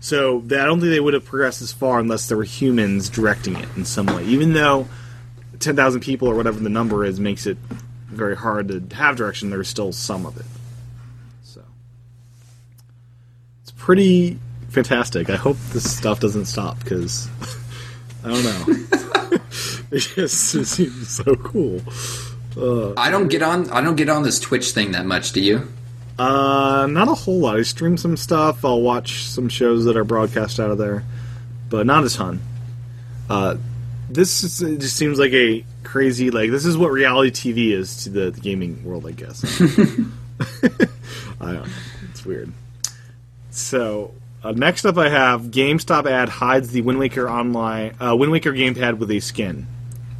S2: So that I don't think they would have progressed as far unless there were humans directing it in some way. Even though 10,000 people or whatever the number is makes it very hard to have direction, there's still some of it. So it's pretty fantastic. I hope this stuff doesn't stop because I don't know. it just it seems so cool.
S3: I don't get on. I don't get on this Twitch thing that much. Do you?
S2: Uh, not a whole lot. I stream some stuff. I'll watch some shows that are broadcast out of there, but not a ton. Uh, this is, it just seems like a crazy like this is what reality TV is to the, the gaming world, I guess. I don't know. It's weird. So uh, next up, I have GameStop ad hides the Wind Waker online uh, Wind Waker gamepad with a skin.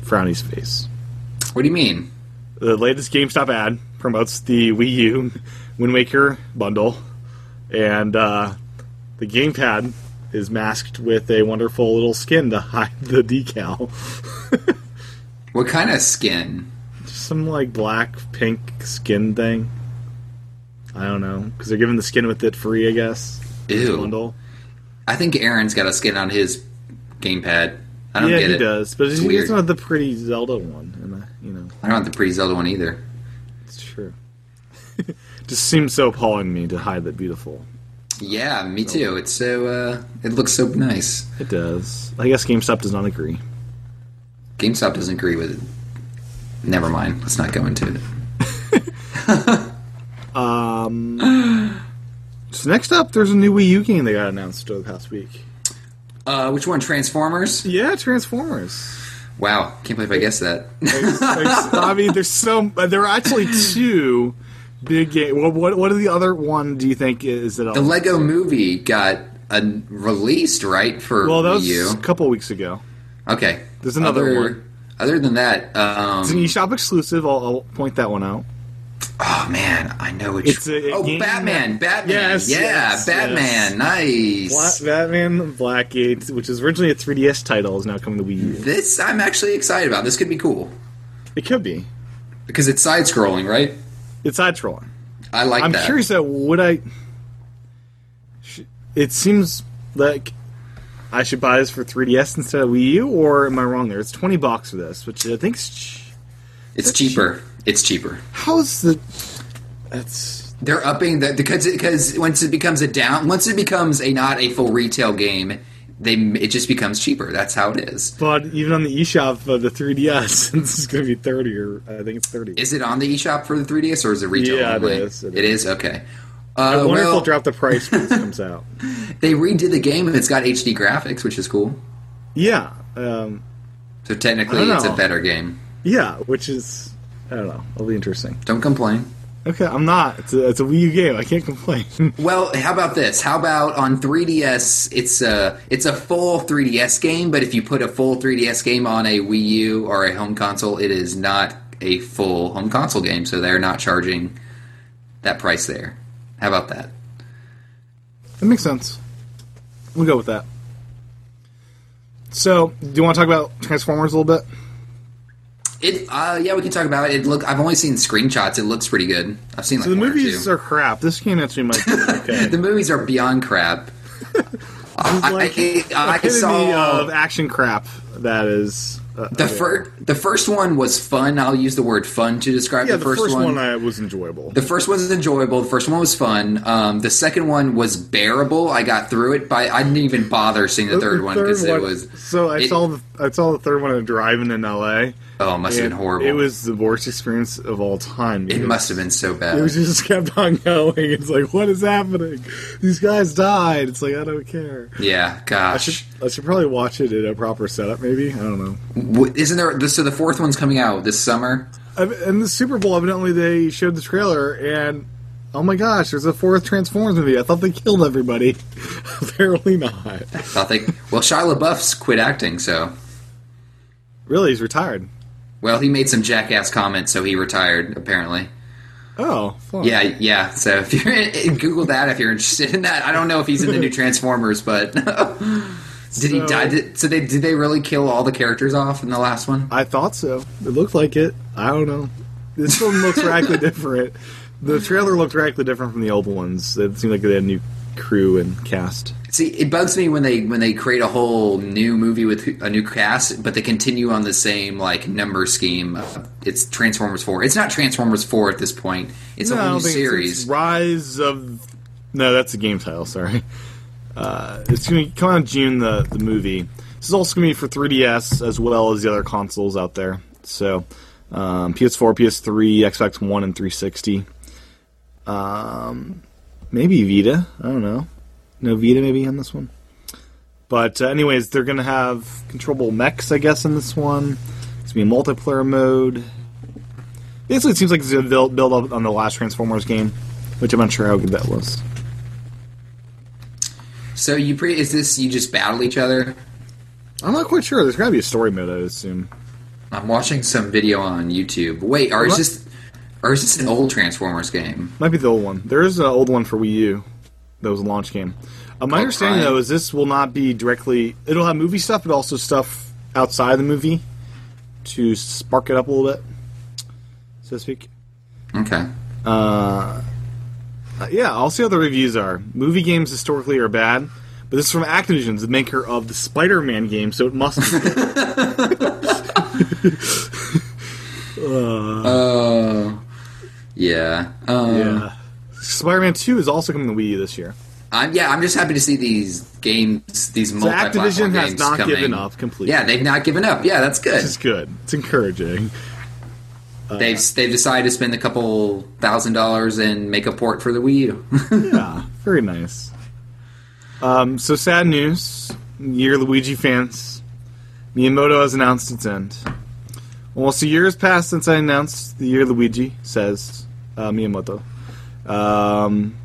S2: Frowny's face
S3: What do you mean?
S2: the latest GameStop ad promotes the Wii U Wind Waker bundle, and uh, the gamepad is masked with a wonderful little skin to hide the decal.
S3: What kind of skin?
S2: Some like black pink skin thing. I don't know because they're giving the skin with it free, I guess. This
S3: Ew.
S2: Bundle.
S3: I think Aaron's got a skin on his gamepad. I don't
S2: Yeah,
S3: get
S2: he
S3: it.
S2: does, but
S3: It's
S2: he
S3: weird.
S2: doesn't have the pretty Zelda one, and I, you know.
S3: I don't want the pretty Zelda one either.
S2: It's true. Just seems so appalling to me to hide that beautiful.
S3: Yeah, me too. It's so. Uh, it looks so nice.
S2: It does. I guess GameStop does not agree.
S3: GameStop doesn't agree with it. Never mind. Let's not go into it.
S2: So next up, there's a new Wii U game that got announced over the past week.
S3: Uh, which one? Transformers.
S2: Yeah, Transformers.
S3: Wow, can't believe I guessed that.
S2: There's- I mean, there's so there are actually two big games. What what what is the other one? Do you think is it?
S3: the Lego Movie got uh, released right for
S2: well, that
S3: Wii
S2: was
S3: U.
S2: a couple weeks ago.
S3: Okay.
S2: There's another
S3: other,
S2: one.
S3: Other than that, um,
S2: It's an eShop exclusive. I'll, I'll point that one out.
S3: oh man, I know which.
S2: It's a- a
S3: oh,
S2: game-
S3: Batman! Batman!
S2: Yes,
S3: yeah,
S2: yes,
S3: Batman! Nice.
S2: Batman Blackgate, which is originally a 3DS title, is now coming to Wii U.
S3: This I'm actually excited about. This could be cool
S2: It could be.
S3: because it's side scrolling, right?
S2: It's side trolling.
S3: I like
S2: I'm
S3: that.
S2: curious though. Would I? sh- It seems like I should buy this for 3DS instead of Wii U, or am I wrong there? It's 20 bucks for this, which I think. Is ch-
S3: It's cheaper. It's cheaper.
S2: how's the? That's
S3: They're upping the because because once it becomes a down once it becomes a not a full retail game, they it just becomes cheaper. That's how it is.
S2: but even on the eShop of the 3DS, this is going to be 30 or I think it's 30.
S3: Is it on the eShop for the 3DS or is it retail
S2: Yeah, it
S3: only?
S2: is, it
S3: It
S2: is.
S3: is okay. Uh,
S2: I wonder if
S3: well,
S2: they'll drop the price when this comes out.
S3: they redid the game and it's got HD graphics, which is cool.
S2: Yeah, um,
S3: So
S2: I
S3: technically,
S2: don't
S3: it's a
S2: know.
S3: better game.
S2: yeah, which is I don't know. It'll be interesting.
S3: Don't complain.
S2: Okay, I'm not. It's a, it's a Wii U game. I can't complain.
S3: Well, how about this? How about on 3DS? It's a it's a full 3DS game, but if you put a full 3DS game on a Wii U or a home console, it is not a full home console game, so they're not charging that price there. How about that?
S2: That makes sense. We'll go with that. So, do you want to talk about Transformers a little bit?
S3: It uh, yeah, we can talk about it. it. Look, I've only seen screenshots. It looks pretty good. I've seen like
S2: So the
S3: one or
S2: movies
S3: two.
S2: are crap. This game actually might be okay.
S3: the movies are beyond crap. I,
S2: like
S3: I, I
S2: Epitome
S3: saw uh,
S2: of action crap that is. Uh,
S3: The first, the first one was fun. I'll use the word fun to describe
S2: yeah,
S3: the, first, one.
S2: I was enjoyable.
S3: the first one was enjoyable. The first one was fun. Um, the second one was bearable. I got through it, but I didn't even bother seeing the third one because it was.
S2: so I
S3: it-
S2: saw the I saw the third one at driving in L.A.
S3: Oh, it must have
S2: and
S3: been horrible.
S2: It was the worst experience of all time.
S3: It
S2: because-
S3: must have been so bad.
S2: It was just kept on going. It's like, what is happening? These guys died. It's like I don't care.
S3: yeah,
S2: I
S3: gosh.
S2: should I should probably watch it in a proper setup, maybe. I don't know.
S3: W- Isn't there? this- So the fourth one's coming out this summer.
S2: I- And the Super Bowl, evidently, they showed the trailer, and oh my gosh, there's a fourth Transformers movie. I thought they killed everybody. Apparently not.
S3: Thought they. Well, Shia LaBeouf's quit acting, so.
S2: Really, he's retired.
S3: Well, he made some jackass comments, so he retired apparently.
S2: Oh, fun.
S3: Yeah, yeah. So if you're Google that if you're interested in that. I don't know if he's in the new Transformers, but Did he
S2: So-
S3: die? Did, so they did they really kill all the characters off in the last one?
S2: I thought so. It looked like it. I don't know. This one looks radically different. The trailer looked radically different from the old ones. It seemed like they had a new crew and cast.
S3: See, it bugs me when they when they create a whole new movie with who- a new cast, but they continue on the same like number scheme. It's Transformers Four. It's not Transformers Four at this point. It's a
S2: I
S3: whole new
S2: don't think it's-
S3: series.
S2: It's Rise of. No, that's the game title. Sorry. Uh, it's going to come out in June. The the movie. This is also going to be for 3DS as well as the other consoles out there. So, um, PS4, PS3, Xbox One, and 360. Um, maybe Vita. I don't know. No Vita, maybe on this one. But uh, anyways, they're going to have controllable mechs, I guess, in this one. It's going to be multiplayer mode. Basically, it seems like it's a build, build up on the last Transformers game, which I'm not sure how good that was.
S3: So you pre is this you just battle each other?
S2: I'm not quite sure. There's got to be a story mode, I assume.
S3: I'm watching some video on YouTube. Wait, or is
S2: What?
S3: this or is this an old Transformers game?
S2: Might be the old one. There is an old one for Wii U that was a launch game. Uh, my
S3: Oh,
S2: understanding,
S3: right.
S2: though, is this will not be directly. It'll have movie stuff, but also stuff outside the movie to spark it up a little bit, so to speak.
S3: Okay.
S2: Uh, yeah, I'll see how the reviews are. Movie games historically are bad, but this is from Activision, the maker of the Spider-Man game, so it must. be good.
S3: Oh. yeah. Um,
S2: yeah. Uh, Spider-Man Two is also coming to Wii U this year.
S3: I'm yeah, I'm just happy to see these games, these
S2: So
S3: multi-platform
S2: Activision
S3: games
S2: has not
S3: coming.
S2: given up completely.
S3: Yeah, they've not given up. Yeah, that's good.
S2: which is good. It's encouraging. uh,
S3: they've they've decided to spend a couple thousand dollars and make a port for the Wii U.
S2: Yeah, very nice. Um, so sad news, year Luigi fans. Miyamoto has announced its end. Almost a year has passed since I announced the year Luigi says uh, Miyamoto. Um,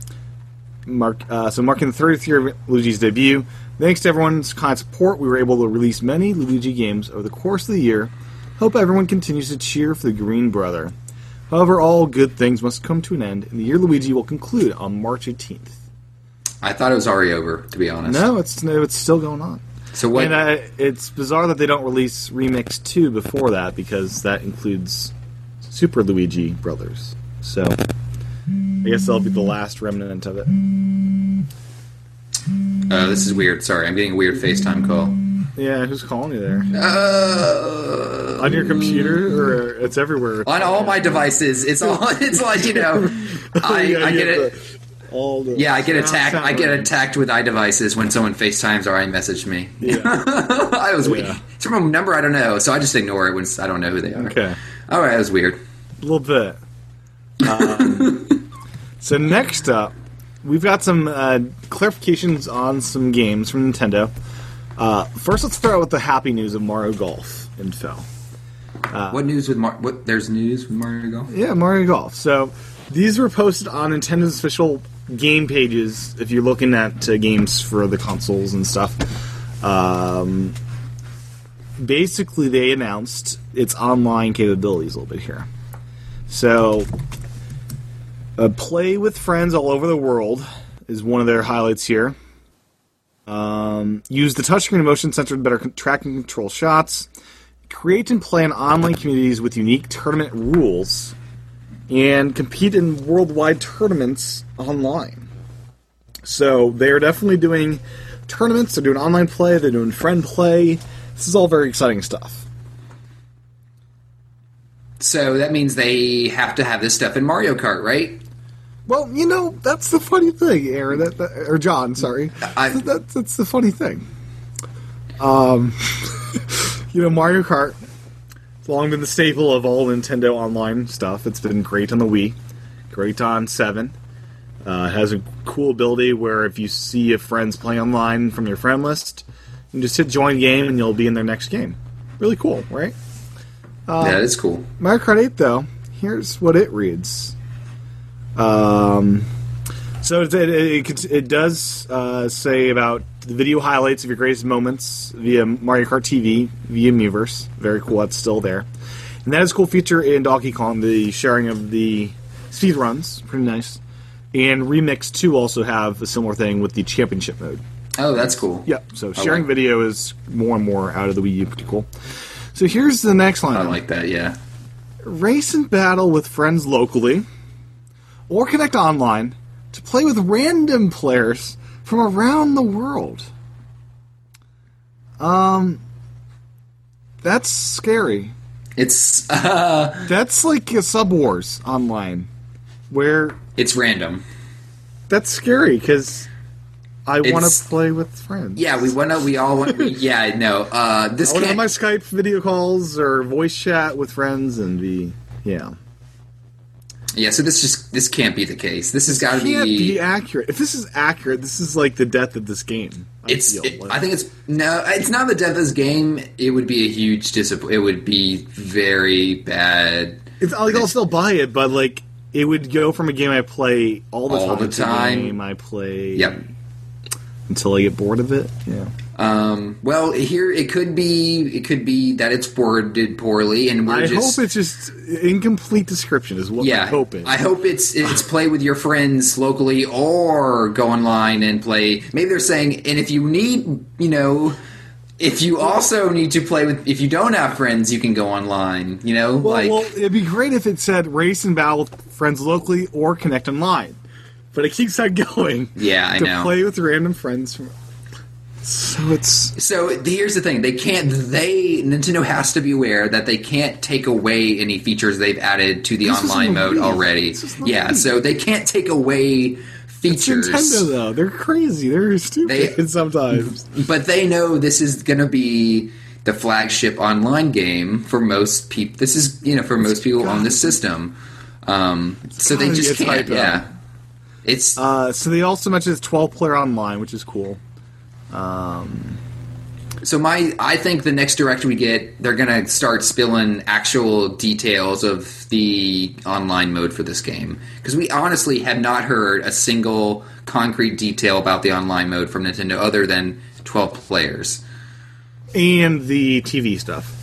S2: mark uh, so marking the 30th year of Luigi's debut. Thanks to everyone's kind support, we were able to release many Luigi games over the course of the year. Hope everyone continues to cheer for the Green Brother. However, all good things must come to an end, and the year Luigi will conclude on March 18th.
S3: I thought it was already over, to be honest.
S2: No, it's no, it's still going on.
S3: So what?
S2: And uh, it's bizarre that they don't release Remix 2 before that because that includes Super Luigi Brothers. So I guess that'll be the last remnant of it.
S3: oh, this is weird. Sorry, I'm getting a weird FaceTime call.
S2: Yeah, who's calling you there?
S3: Uh,
S2: On your computer or it's everywhere?
S3: on all my devices. It's all it's like you know, I,
S2: Oh, Yeah,
S3: I
S2: you
S3: get
S2: have
S3: it.
S2: the- all the
S3: Yeah, I get
S2: sound-
S3: attacked. I get
S2: sound-
S3: attacked with iDevices when someone FaceTimes or iMessage me.
S2: Yeah.
S3: I was weird.
S2: Yeah.
S3: It's from a number I don't know, so I just ignore it when s- I don't know who they are.
S2: Okay.
S3: All right, that was weird.
S2: A little bit. Um, so next up, we've got some uh, clarifications on some games from Nintendo. Uh, first, let's start out with the happy news of Mario Golf info. Uh.
S3: what news with Mar- what? There's news with Mario Golf.
S2: Yeah, Mario Golf. So these were posted on Nintendo's official game pages. If you're looking at uh, games for the consoles and stuff, um, basically they announced its online capabilities a little bit here. So, uh, play with friends all over the world is one of their highlights here. Um, use the touchscreen and motion sensor to better con- track and control shots create and play in online communities with unique tournament rules and compete in worldwide tournaments online. So they are definitely doing tournaments, they're doing online play, they're doing friend play. This is all very exciting stuff.
S3: So that means they have to have this stuff in Mario Kart, right?
S2: Well, you know, that's the funny thing, Aaron, that, that- or John, sorry.
S3: I-
S2: That- that's, that's the funny thing. Um, you know, Mario Kart, it's long been the staple of all Nintendo online stuff. It's been great on the Wii, great on 7. Uh, it has a cool ability where if you see a friend's playing online from your friend list, you just hit join game and you'll be in their next game. Really cool, right? Uh.
S3: that is cool.
S2: Mario Kart 8, though, here's what it reads. Um, so it, it, it, it does uh, say about the video highlights of your greatest moments via Mario Kart TV, via Miiverse. Very cool, that's still there. And that is a cool feature in Donkey Kong, the sharing of the speed runs. Pretty nice. And Remix 2 also have a similar thing with the championship mode.
S3: Oh, that's cool.
S2: Yeah. So sharing
S3: like-
S2: video is more and more out of the Wii U, pretty cool. So here's the next line:
S3: I like that. Yeah.
S2: race and battle with friends locally, or connect online to play with random players from around the world. Um, that's scary.
S3: It's uh,
S2: That's like a Sub Wars online, where
S3: it's random.
S2: that's scary because I want
S3: It's-
S2: to play with friends.
S3: Yeah, we want to. We all want. yeah, no. Uh, this
S2: I want to
S3: can't.
S2: have my Skype video calls or voice chat with friends and be yeah.
S3: yeah, so this just this can't be the case. This has got to
S2: Can't
S3: be.
S2: be accurate. If this is accurate, this is like the death of this game. I
S3: it's.
S2: feel.
S3: it-
S2: Like-
S3: I think it's no. It's not the death of this game. It would be a huge disappointment. It would be very bad
S2: It's like I'll still buy it, but like it would go from a game I play all the
S3: All
S2: time
S3: the
S2: to a
S3: time.
S2: game I play
S3: Yep.
S2: until I get bored of it. Yeah.
S3: Um, well, here it could be. It could be that it's worded poorly, and we're
S2: I
S3: just.
S2: hope it's just incomplete description is what
S3: yeah,
S2: I hope it.
S3: I hope it's it's play with your friends locally or go online and play. Maybe they're saying, and if you need, you know, if you also need to play with, if you don't have friends, you can go online. You know,
S2: well,
S3: like
S2: well, it'd be great if it said race and battle with friends locally or connect online, but it keeps on going.
S3: Yeah, I
S2: to
S3: know.
S2: play with random friends from. So it's
S3: So the- here's the thing: they can't. They Nintendo has to be aware that they can't take away any features they've added to the
S2: This is
S3: online
S2: on the
S3: mode
S2: Wii.
S3: already.
S2: This is on the
S3: Yeah,
S2: Wii.
S3: so they can't take away
S2: it's
S3: features.
S2: Nintendo though. They're crazy. They're stupid
S3: They-
S2: sometimes.
S3: But they know this is going to be the flagship online game for most people. This is you know for most people on this system. Um, so they
S2: gotta get
S3: just can't.
S2: hype up.
S3: Yeah, it's
S2: Uh, so they also mentioned it's 12 player online, which is cool.
S3: So my, I think the next director we get, they're gonna start spilling actual details of the online mode for this game because we honestly have not heard a single concrete detail about the online mode from Nintendo other than twelve players.
S2: and the TV stuff.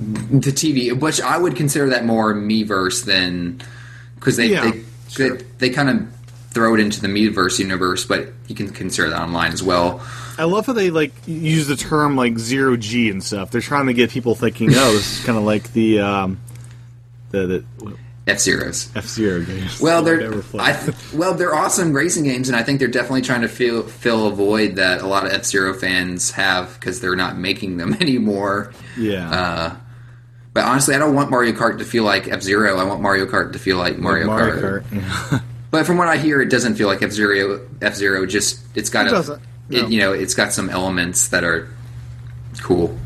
S3: The TV, which I would consider that more Miiverse than because they
S2: Yeah,
S3: they,
S2: sure.
S3: they they kind of throw it into the Miiverse universe, but you can consider that online as well.
S2: I love how they like use the term like zero G and stuff. They're trying to get people thinking, oh, this is kind of like the um, the, the
S3: F Zeros.
S2: F Zero games.
S3: Well,
S2: that I
S3: they're
S2: never played.
S3: I th- well, they're awesome racing games, and I think they're definitely trying to fill fill a void that a lot of F Zero fans have because they're not making them anymore.
S2: yeah.
S3: uh, But honestly, I don't want Mario Kart to feel like F Zero. I want Mario Kart to feel like Mario,
S2: Mario
S3: Kart.
S2: Kart. yeah.
S3: But from what I hear, it doesn't feel like F Zero. F Zero just it's got
S2: It
S3: a
S2: doesn't, no.
S3: it, you know it's got some elements that are cool,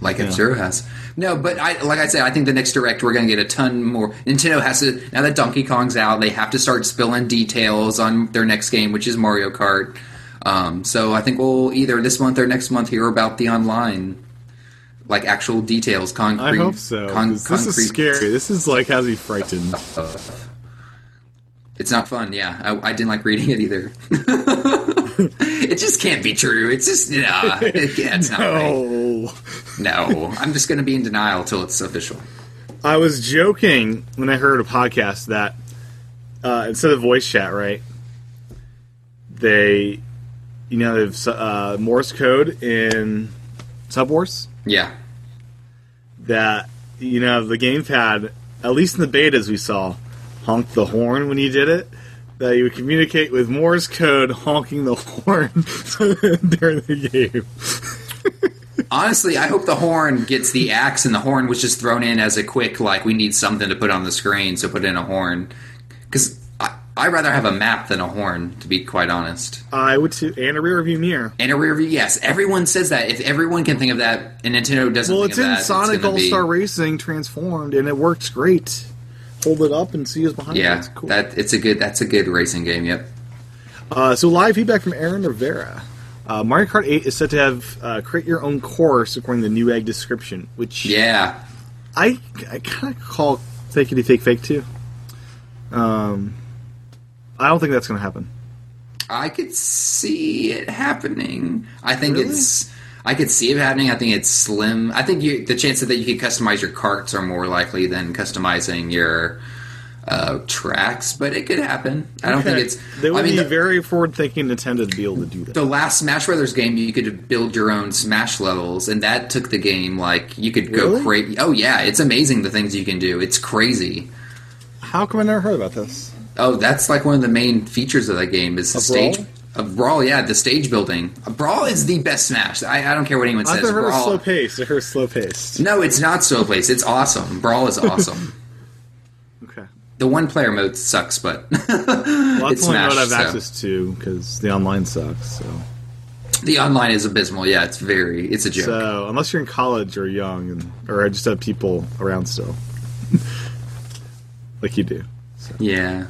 S3: like F Zero has. No, but I like I said, I think the next direct we're going to get a ton more. Nintendo has to now that Donkey Kong's out, they have to start spilling details on their next game, which is Mario Kart. Um, so I think we'll either this month or next month hear about the online, like actual details,
S2: I
S3: concrete.
S2: hope so.
S3: con-
S2: 'cause this is
S3: concrete
S2: scary. This is like has me frightened.
S3: It's not fun. Yeah, I, I didn't like reading it either. it just can't be true. It's just nah. Yeah, it's not right.
S2: Oh,
S3: No, I'm just going to be in denial till it's official.
S2: I was joking when I heard a podcast that uh, instead of voice chat, right? They, you know, they've uh, Morse code in Sub Wars.
S3: Yeah,
S2: that you know the gamepad, at least in the betas we saw, honked the horn when you did it. That you would communicate with Morse code honking the horn during the game.
S3: honestly, I hope the horn gets the axe, and the horn was just thrown in as a quick like we need something to put on the screen, so put in a horn. Because I'd rather have a map than a horn, to be quite honest.
S2: I would too, and a rear view mirror.
S3: And a rear view, yes. Everyone says that. If everyone can think of that, and Nintendo doesn't.
S2: Well,
S3: think
S2: it's
S3: of
S2: in
S3: that,
S2: Sonic
S3: gonna
S2: All Star
S3: be-
S2: Racing transformed, and it works great. Hold it up and see who's behind. you.
S3: Yeah,
S2: It's Oh, cool.
S3: that it's a good. That's a good racing game. Yep.
S2: Uh, so live feedback from Aaron Rivera. Uh, Mario Kart 8 is said to have uh, create your own course according to the Newegg description, which
S3: Yeah,
S2: I I kind of call fake it fake fake too. Um, I don't think that's going to happen.
S3: I could see it happening. I think
S2: Really?
S3: it's. I could see it happening. I think it's slim. I think you, the chances that you could customize your carts are more likely than customizing your uh, tracks, but it could happen. I don't think it's.
S2: They would
S3: I mean,
S2: be
S3: the,
S2: very forward-thinking Nintendo to be able to do that.
S3: the last Smash Brothers game, you could build your own Smash levels, and that took the game like you could go
S2: Really?
S3: crazy. Oh yeah, it's amazing the things you can do. It's crazy.
S2: How come I never heard about this?
S3: Oh, that's like one of the main features of that game is the
S2: Of
S3: stage.
S2: Brawl?
S3: Of Brawl, yeah, the stage building. Brawl is the best Smash. I, I don't care what anyone
S2: I've
S3: says.
S2: never heard of
S3: Brawl.
S2: slow paced. I heard slow paced.
S3: No, it's not slow place. It's awesome. Brawl is awesome.
S2: Okay.
S3: the one player mode sucks, but
S2: Well, that's
S3: It's
S2: the only
S3: Smash,
S2: what I have
S3: so-
S2: access to because the online sucks. So.
S3: the online is abysmal. Yeah, it's very it's a joke.
S2: so unless you're in college or young, and, or I just have people around still, like you do. So.
S3: yeah.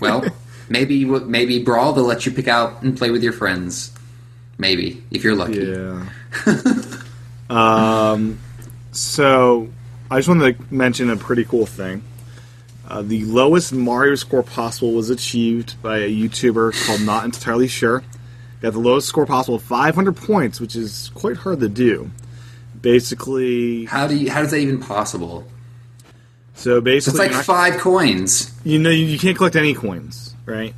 S3: Well, maybe w- maybe Brawl they'll let you pick out and play with your friends. Maybe if you're lucky.
S2: Yeah. um, so I just wanted to mention a pretty cool thing. Uh, the lowest Mario score possible was achieved by a YouTuber called Not Entirely Sure. Got the lowest score possible, 500 points, which is quite hard to do. Basically,
S3: How do you? How is that even possible?
S2: so
S3: It's
S2: basically,
S3: like five coins.
S2: you know, you can't collect any coins, right?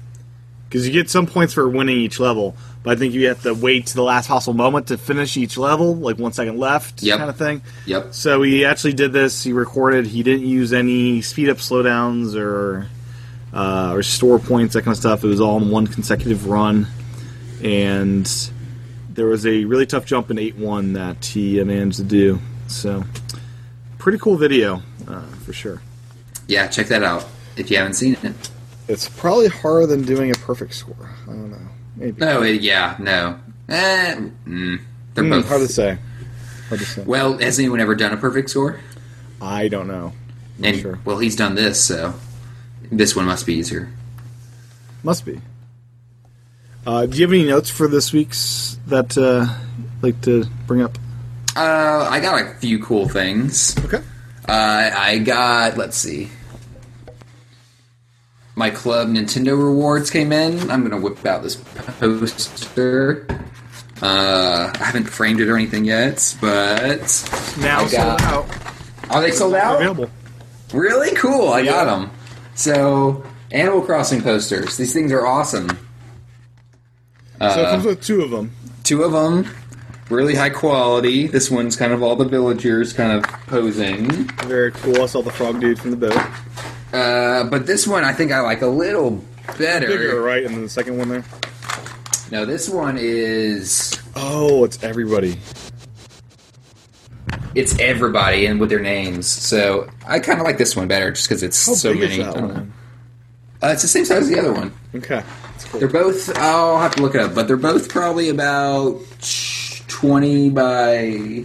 S2: Because you get some points for winning each level, but I think you have to wait to the last possible moment to finish each level, like one second left,
S3: Yep.
S2: kind of thing.
S3: Yep.
S2: So he actually did this. He recorded. He didn't use any speed up slowdowns or uh, or store points that kind of stuff. It was all in one consecutive run, and there was a really tough jump in eight one that he uh, managed to do. So pretty cool video uh, for sure.
S3: Yeah, check that out if you haven't seen it.
S2: It's probably harder than doing a perfect score. I don't know. Maybe.
S3: No, it- yeah, no. Eh, mm, they're both.
S2: Hmm, hard to say. Hard to say.
S3: well, has anyone ever done a perfect score?
S2: I don't know. Not
S3: And
S2: sure.
S3: well, he's done this, so this one must be easier.
S2: Must be. Uh, do you have any notes for this week's that uh, like to bring up?
S3: Uh, I got a few cool things.
S2: Okay.
S3: Uh, I got, let's see. My club Nintendo rewards came in. I'm gonna whip out this poster. Uh, I haven't framed it or anything yet, but
S2: Now
S3: I got-
S2: sold
S3: are they sold
S2: out.
S3: out?
S2: Available.
S3: Really cool. I got 'em. got them. So, Animal Crossing posters. These things are awesome. Uh,
S2: so it comes with two of them.
S3: Two of them, really high quality. This one's kind of all the villagers kind of posing.
S2: Very cool. I saw the frog dude from the boat.
S3: Uh, but this one I think I like a little better.
S2: Bigger, right? And then the second one there.
S3: No, this one is
S2: Oh, it's everybody.
S3: it's everybody and with their names. So I kind of like this one better just because it's
S2: How
S3: so
S2: big
S3: many.
S2: is that
S3: I don't know.
S2: one?
S3: Uh, it's the same size as the other one.
S2: Okay. It's cool.
S3: They're both. I'll have to look it up, but they're both probably about twenty by.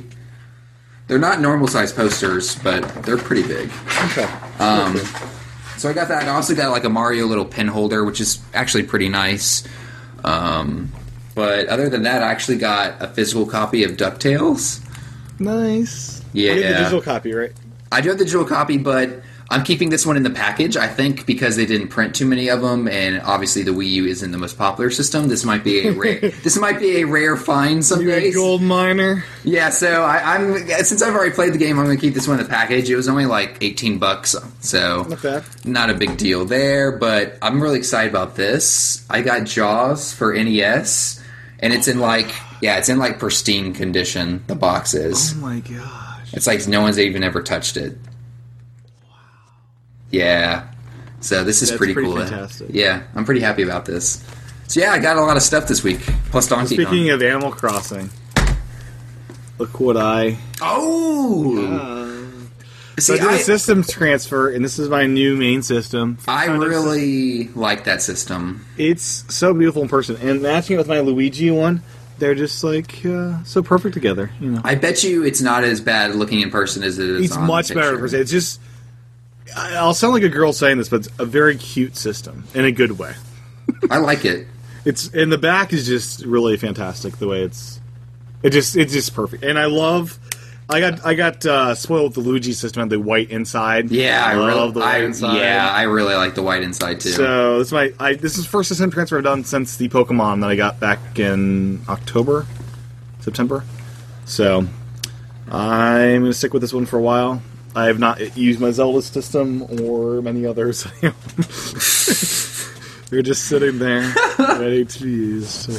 S3: They're not normal size posters, but they're pretty big.
S2: Okay.
S3: Um, so I got that. I also got like a Mario little pin holder, which is actually pretty nice. Um, but other than that, I actually got a physical copy of Ducktales.
S2: Nice.
S3: Yeah.
S2: You have the digital copy, right?
S3: I do have the digital copy, but I'm keeping this one in the package. I think because they didn't print too many of them, and obviously the Wii U isn't the most popular system. This might be a rare. this might be a rare find some
S2: You're a
S3: days.
S2: gold miner.
S3: Yeah. So I, I'm since I've already played the game, I'm going to keep this one in the package. It was only like 18 bucks, so
S2: Not bad.
S3: not a big deal there. But I'm really excited about this. I got Jaws for NES, and it's in like yeah, it's in like pristine condition. The box is.
S2: my gosh.
S3: It's like no one's even ever touched it. Yeah. So this is
S2: That's
S3: pretty,
S2: pretty
S3: cool.
S2: fantastic.
S3: Yeah, I'm pretty happy about this. So yeah, I got a lot of stuff this week. Plus Donkey
S2: Speaking
S3: Kong.
S2: of Animal Crossing, look what I.
S3: oh,
S2: So I
S3: see,
S2: did a
S3: I,
S2: systems transfer, and this is my new main system.
S3: I
S2: Kind of-
S3: really like that system.
S2: It's so beautiful in person, and matching it with my Luigi one, they're just like uh, so perfect together. You know,
S3: I bet you it's not as bad looking in person as it is.
S2: it's
S3: on the
S2: much better in
S3: picture.
S2: person. It's just I- I'll sound like a girl saying this, but it's a very cute system in a good way.
S3: I like it.
S2: It's and the back is just really fantastic. The way it's it just it's just perfect, and I love. I got I got uh, spoiled with the Luigi system and the white inside.
S3: Yeah, I,
S2: I love
S3: really,
S2: the white
S3: I-
S2: inside.
S3: Yeah, I really like the white inside too.
S2: So this is my I, this is first system transfer I've done since the Pokemon that I got back in October, September. So I'm gonna stick with this one for a while. I have not used my Zelda system or many others. They're just sitting there, ready to be used.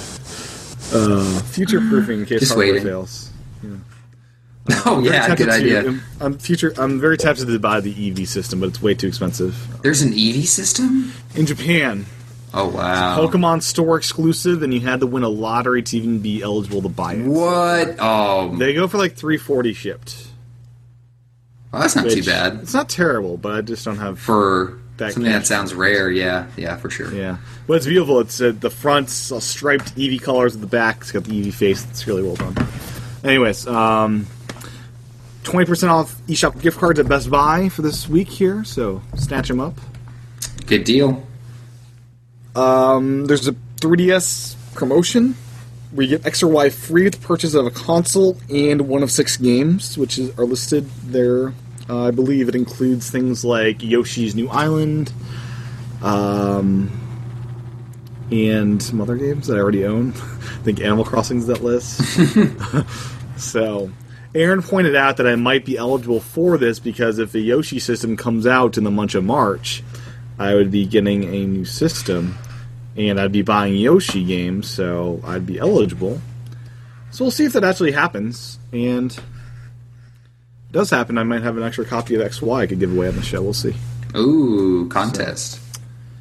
S2: Uh, future proofing in case
S3: Just
S2: hardware
S3: waiting.
S2: fails.
S3: Oh
S2: Very
S3: yeah,
S2: tempted
S3: good
S2: to-
S3: idea.
S2: I'm, I'm future. I'm very tempted to buy the EV system, but it's way too expensive.
S3: There's an EV system.
S2: In Japan,
S3: Oh wow.
S2: Pokemon Store exclusive, and you had to win a lottery to even be eligible to buy it.
S3: What? Oh,
S2: They go for like 340 shipped.
S3: well, that's not too
S2: which-
S3: bad
S2: It's not terrible, but I just don't have.
S3: for
S2: That
S3: something that
S2: cash.
S3: sounds rare. Yeah, yeah, for sure.
S2: Yeah, but it's beautiful. It's uh, the front's all striped EV colors at the back. It's got the EV face. It's really well done. Anyways, um, twenty percent off eShop gift cards at Best Buy for this week here. So snatch them up.
S3: Good deal.
S2: Um, there's a 3DS promotion where you get X or Y free with the purchase of a console and one of six games, which is, are listed there. Uh, I believe it includes things like Yoshi's New Island, um, and some other games that I already own. I think Animal Crossing's that list. so, Aaron pointed out that I might be eligible for this because if the Yoshi system comes out in the month of March, I would be getting a new system, and I'd be buying Yoshi games, so I'd be eligible. So we'll see if that actually happens, and if it does happen, I might have an extra copy of XY I could give away on the show. We'll see.
S3: Ooh, contest.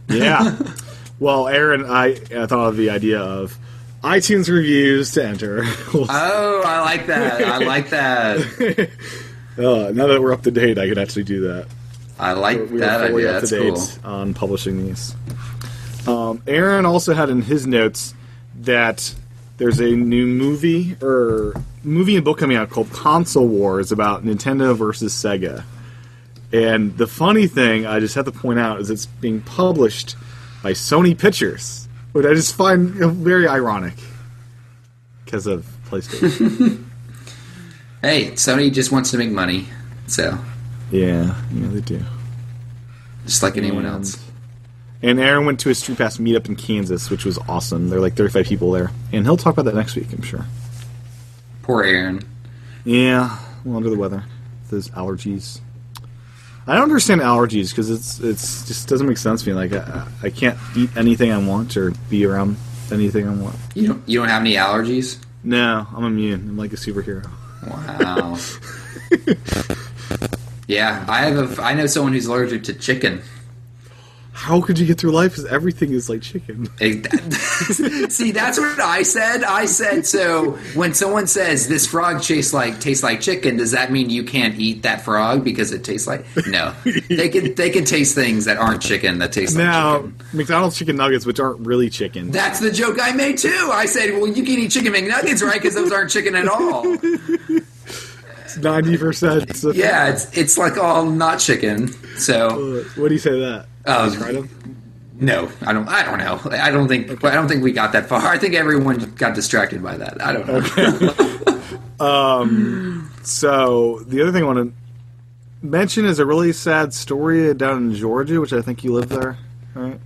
S2: Yeah. well, Aaron, I, I thought of the idea of iTunes reviews to enter. We'll
S3: Oh, I like that. I like that.
S2: Uh, now that we're up to date, I can actually do that.
S3: I like
S2: We
S3: that
S2: are fully
S3: idea.
S2: up to
S3: That's
S2: date
S3: cool.
S2: on publishing these. Um, Aaron also had in his notes that there's a new movie or movie and book coming out called Console Wars about Nintendo versus Sega. And the funny thing I just have to point out is it's being published by Sony Pictures, which I just find you know, very ironic because of PlayStation.
S3: Hey, Sony just wants to make money, so
S2: yeah, yeah, they do.
S3: just like anyone
S2: And-
S3: else.
S2: And Aaron went to a Street Pass meetup in Kansas, which was awesome. There were like 35 people there. And he'll talk about that next week, I'm sure.
S3: Poor Aaron.
S2: Yeah, well, under the weather. Those allergies. I don't understand allergies because it's it's just doesn't make sense to me. Like, I, I can't eat anything I want or be around anything I want.
S3: You don't. You don't have any allergies.
S2: No, I'm immune. I'm like a superhero.
S3: Wow. yeah, I have. A, I know someone who's allergic to chicken.
S2: How could you get through life? Because everything is like chicken.
S3: It- that- See, that's what I said. I said so. When someone says this frog tastes like tastes like chicken, does that mean you can't eat that frog because it tastes like? No, they can they can taste things that aren't chicken that taste like
S2: Now,
S3: chicken.
S2: McDonald's chicken nuggets, which aren't really chicken.
S3: That's the joke I made too. I said, well, you can eat chicken McNuggets, right? Because those aren't chicken at all.
S2: That's 90%. of-
S3: Yeah, it's it's like all not chicken. So
S2: What do you say to that?
S3: Um,
S2: You tried 'em?
S3: no, I don't. I don't know. I don't think. I don't think we got that far. I think everyone got distracted by that. I don't know.
S2: So the other thing I want to mention is a really sad story down in Georgia, which I think you live there, right?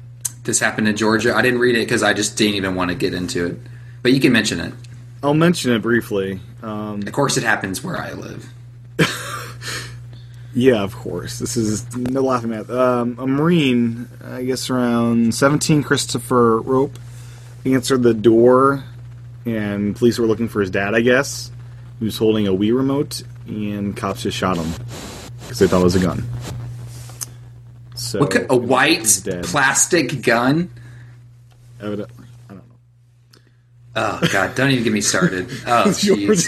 S3: this happened in Georgia. I didn't read it because I just didn't even want to get into it. But you can mention it.
S2: I'll mention it briefly. Uh,
S3: Of course, it happens where I live.
S2: Yeah, of course. This is no laughing matter. Um, a Marine, I guess around 17, Christopher Rope, answered the door, and police were looking for his dad, I guess, who was holding a Wii remote, and cops just shot him because they thought it was a gun. So
S3: What ki- oh. a white
S2: Oh, he's dead.
S3: plastic gun?
S2: Evidently, I don't know.
S3: Oh God! Don't even get me started. Oh jeez.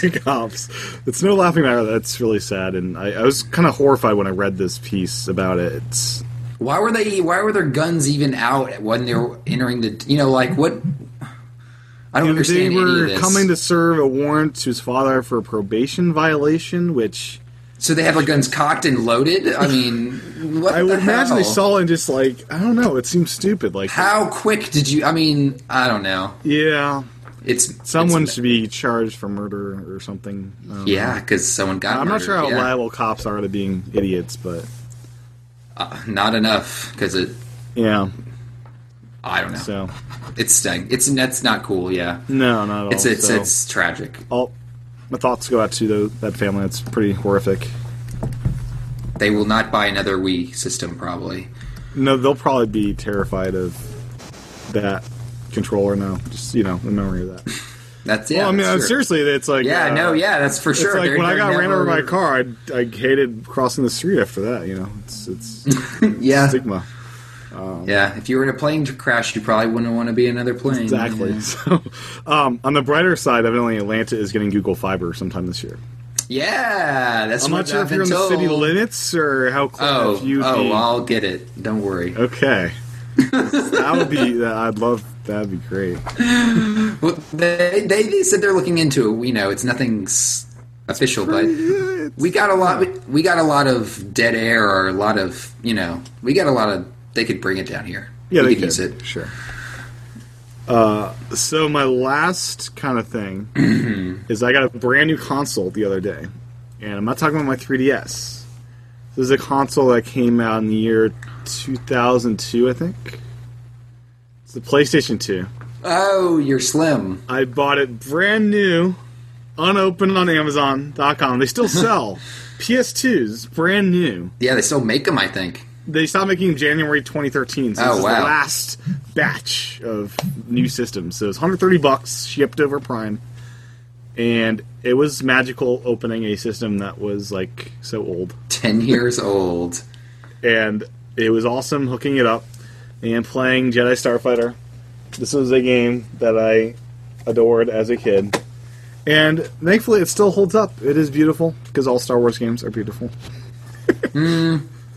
S2: Georgia cops. It's no laughing matter. That's really sad, and I, I was kind of horrified when I read this piece about it. It's,
S3: Why were they? Why were their guns even out when they were entering the? You know, like what? I don't
S2: they
S3: understand any of
S2: were
S3: this.
S2: coming to serve a warrant to his father for a probation violation, which
S3: so they have their guns cocked and loaded. I mean, what?
S2: I
S3: the
S2: would imagine they
S3: hell?
S2: saw it and just like I don't know. It seems stupid. Like
S3: How quick did you? I mean, I don't know.
S2: yeah,
S3: It's
S2: someone
S3: it's-
S2: should be charged for murder or something. I don't know.
S3: yeah, because someone got.
S2: I'm not
S3: murdered,
S2: sure how
S3: yeah.
S2: liable cops are to being idiots, but
S3: Not enough because it.
S2: yeah.
S3: I don't know.
S2: So
S3: It's sting. It's that's not cool. Yeah,
S2: no, not at all.
S3: it's it's
S2: So-
S3: it's tragic.
S2: all my thoughts go out to tho- that family. It's pretty horrific.
S3: They will not buy another Wii system, probably.
S2: No, they'll probably be terrified of that controller now. Just you know, in memory of that.
S3: That's yeah.
S2: well, I mean,
S3: that's
S2: uh,
S3: true.
S2: seriously, it's like
S3: Yeah,
S2: uh,
S3: no, yeah, that's for sure.
S2: It's like
S3: They're-
S2: when I
S3: they're
S2: got ran over by
S3: never-
S2: a car, I, I hated crossing the street after that. You know, it's it's
S3: Yeah,
S2: stigma
S3: yeah. If you were in a plane crash, you probably wouldn't want to be in another plane.
S2: exactly.
S3: Yeah.
S2: So, um, on the brighter side, evidently Atlanta is getting Google Fiber sometime this year.
S3: Yeah, that's
S2: I'm
S3: what
S2: not sure
S3: I've
S2: if you're in
S3: been
S2: the city
S3: told.
S2: limits or how close
S3: Oh,
S2: you.
S3: oh,
S2: be.
S3: I'll get it. Don't worry.
S2: okay. that would be. I'd love. That'd be great.
S3: Well, they, they they said they're looking into it. You know, it's nothing s- official, but we got a lot. We, we got a lot of dead air, or a lot of you know, we got a lot of. They could bring it down here.
S2: Yeah,
S3: we
S2: they
S3: could
S2: could
S3: use it.
S2: Sure. Uh, so my last kind of thing is I got a brand new console the other day, and I'm not talking about my 3DS. This is a console that came out in the year 2002, I think. It's the PlayStation 2.
S3: Oh, you're slim.
S2: I bought it brand new, unopened on Amazon.com. They still sell PS2s brand new.
S3: Yeah, they still make them. I think.
S2: They stopped making them January 2013. So this
S3: Oh,
S2: is
S3: wow.
S2: the last batch of new systems. So it's 130 bucks shipped over Prime, and it was magical opening a system that was like so old,
S3: Ten years old.
S2: and it was awesome hooking it up and playing Jedi Starfighter. This was a game that I adored as a kid. And thankfully, it still holds up. It is beautiful because all Star Wars games are beautiful.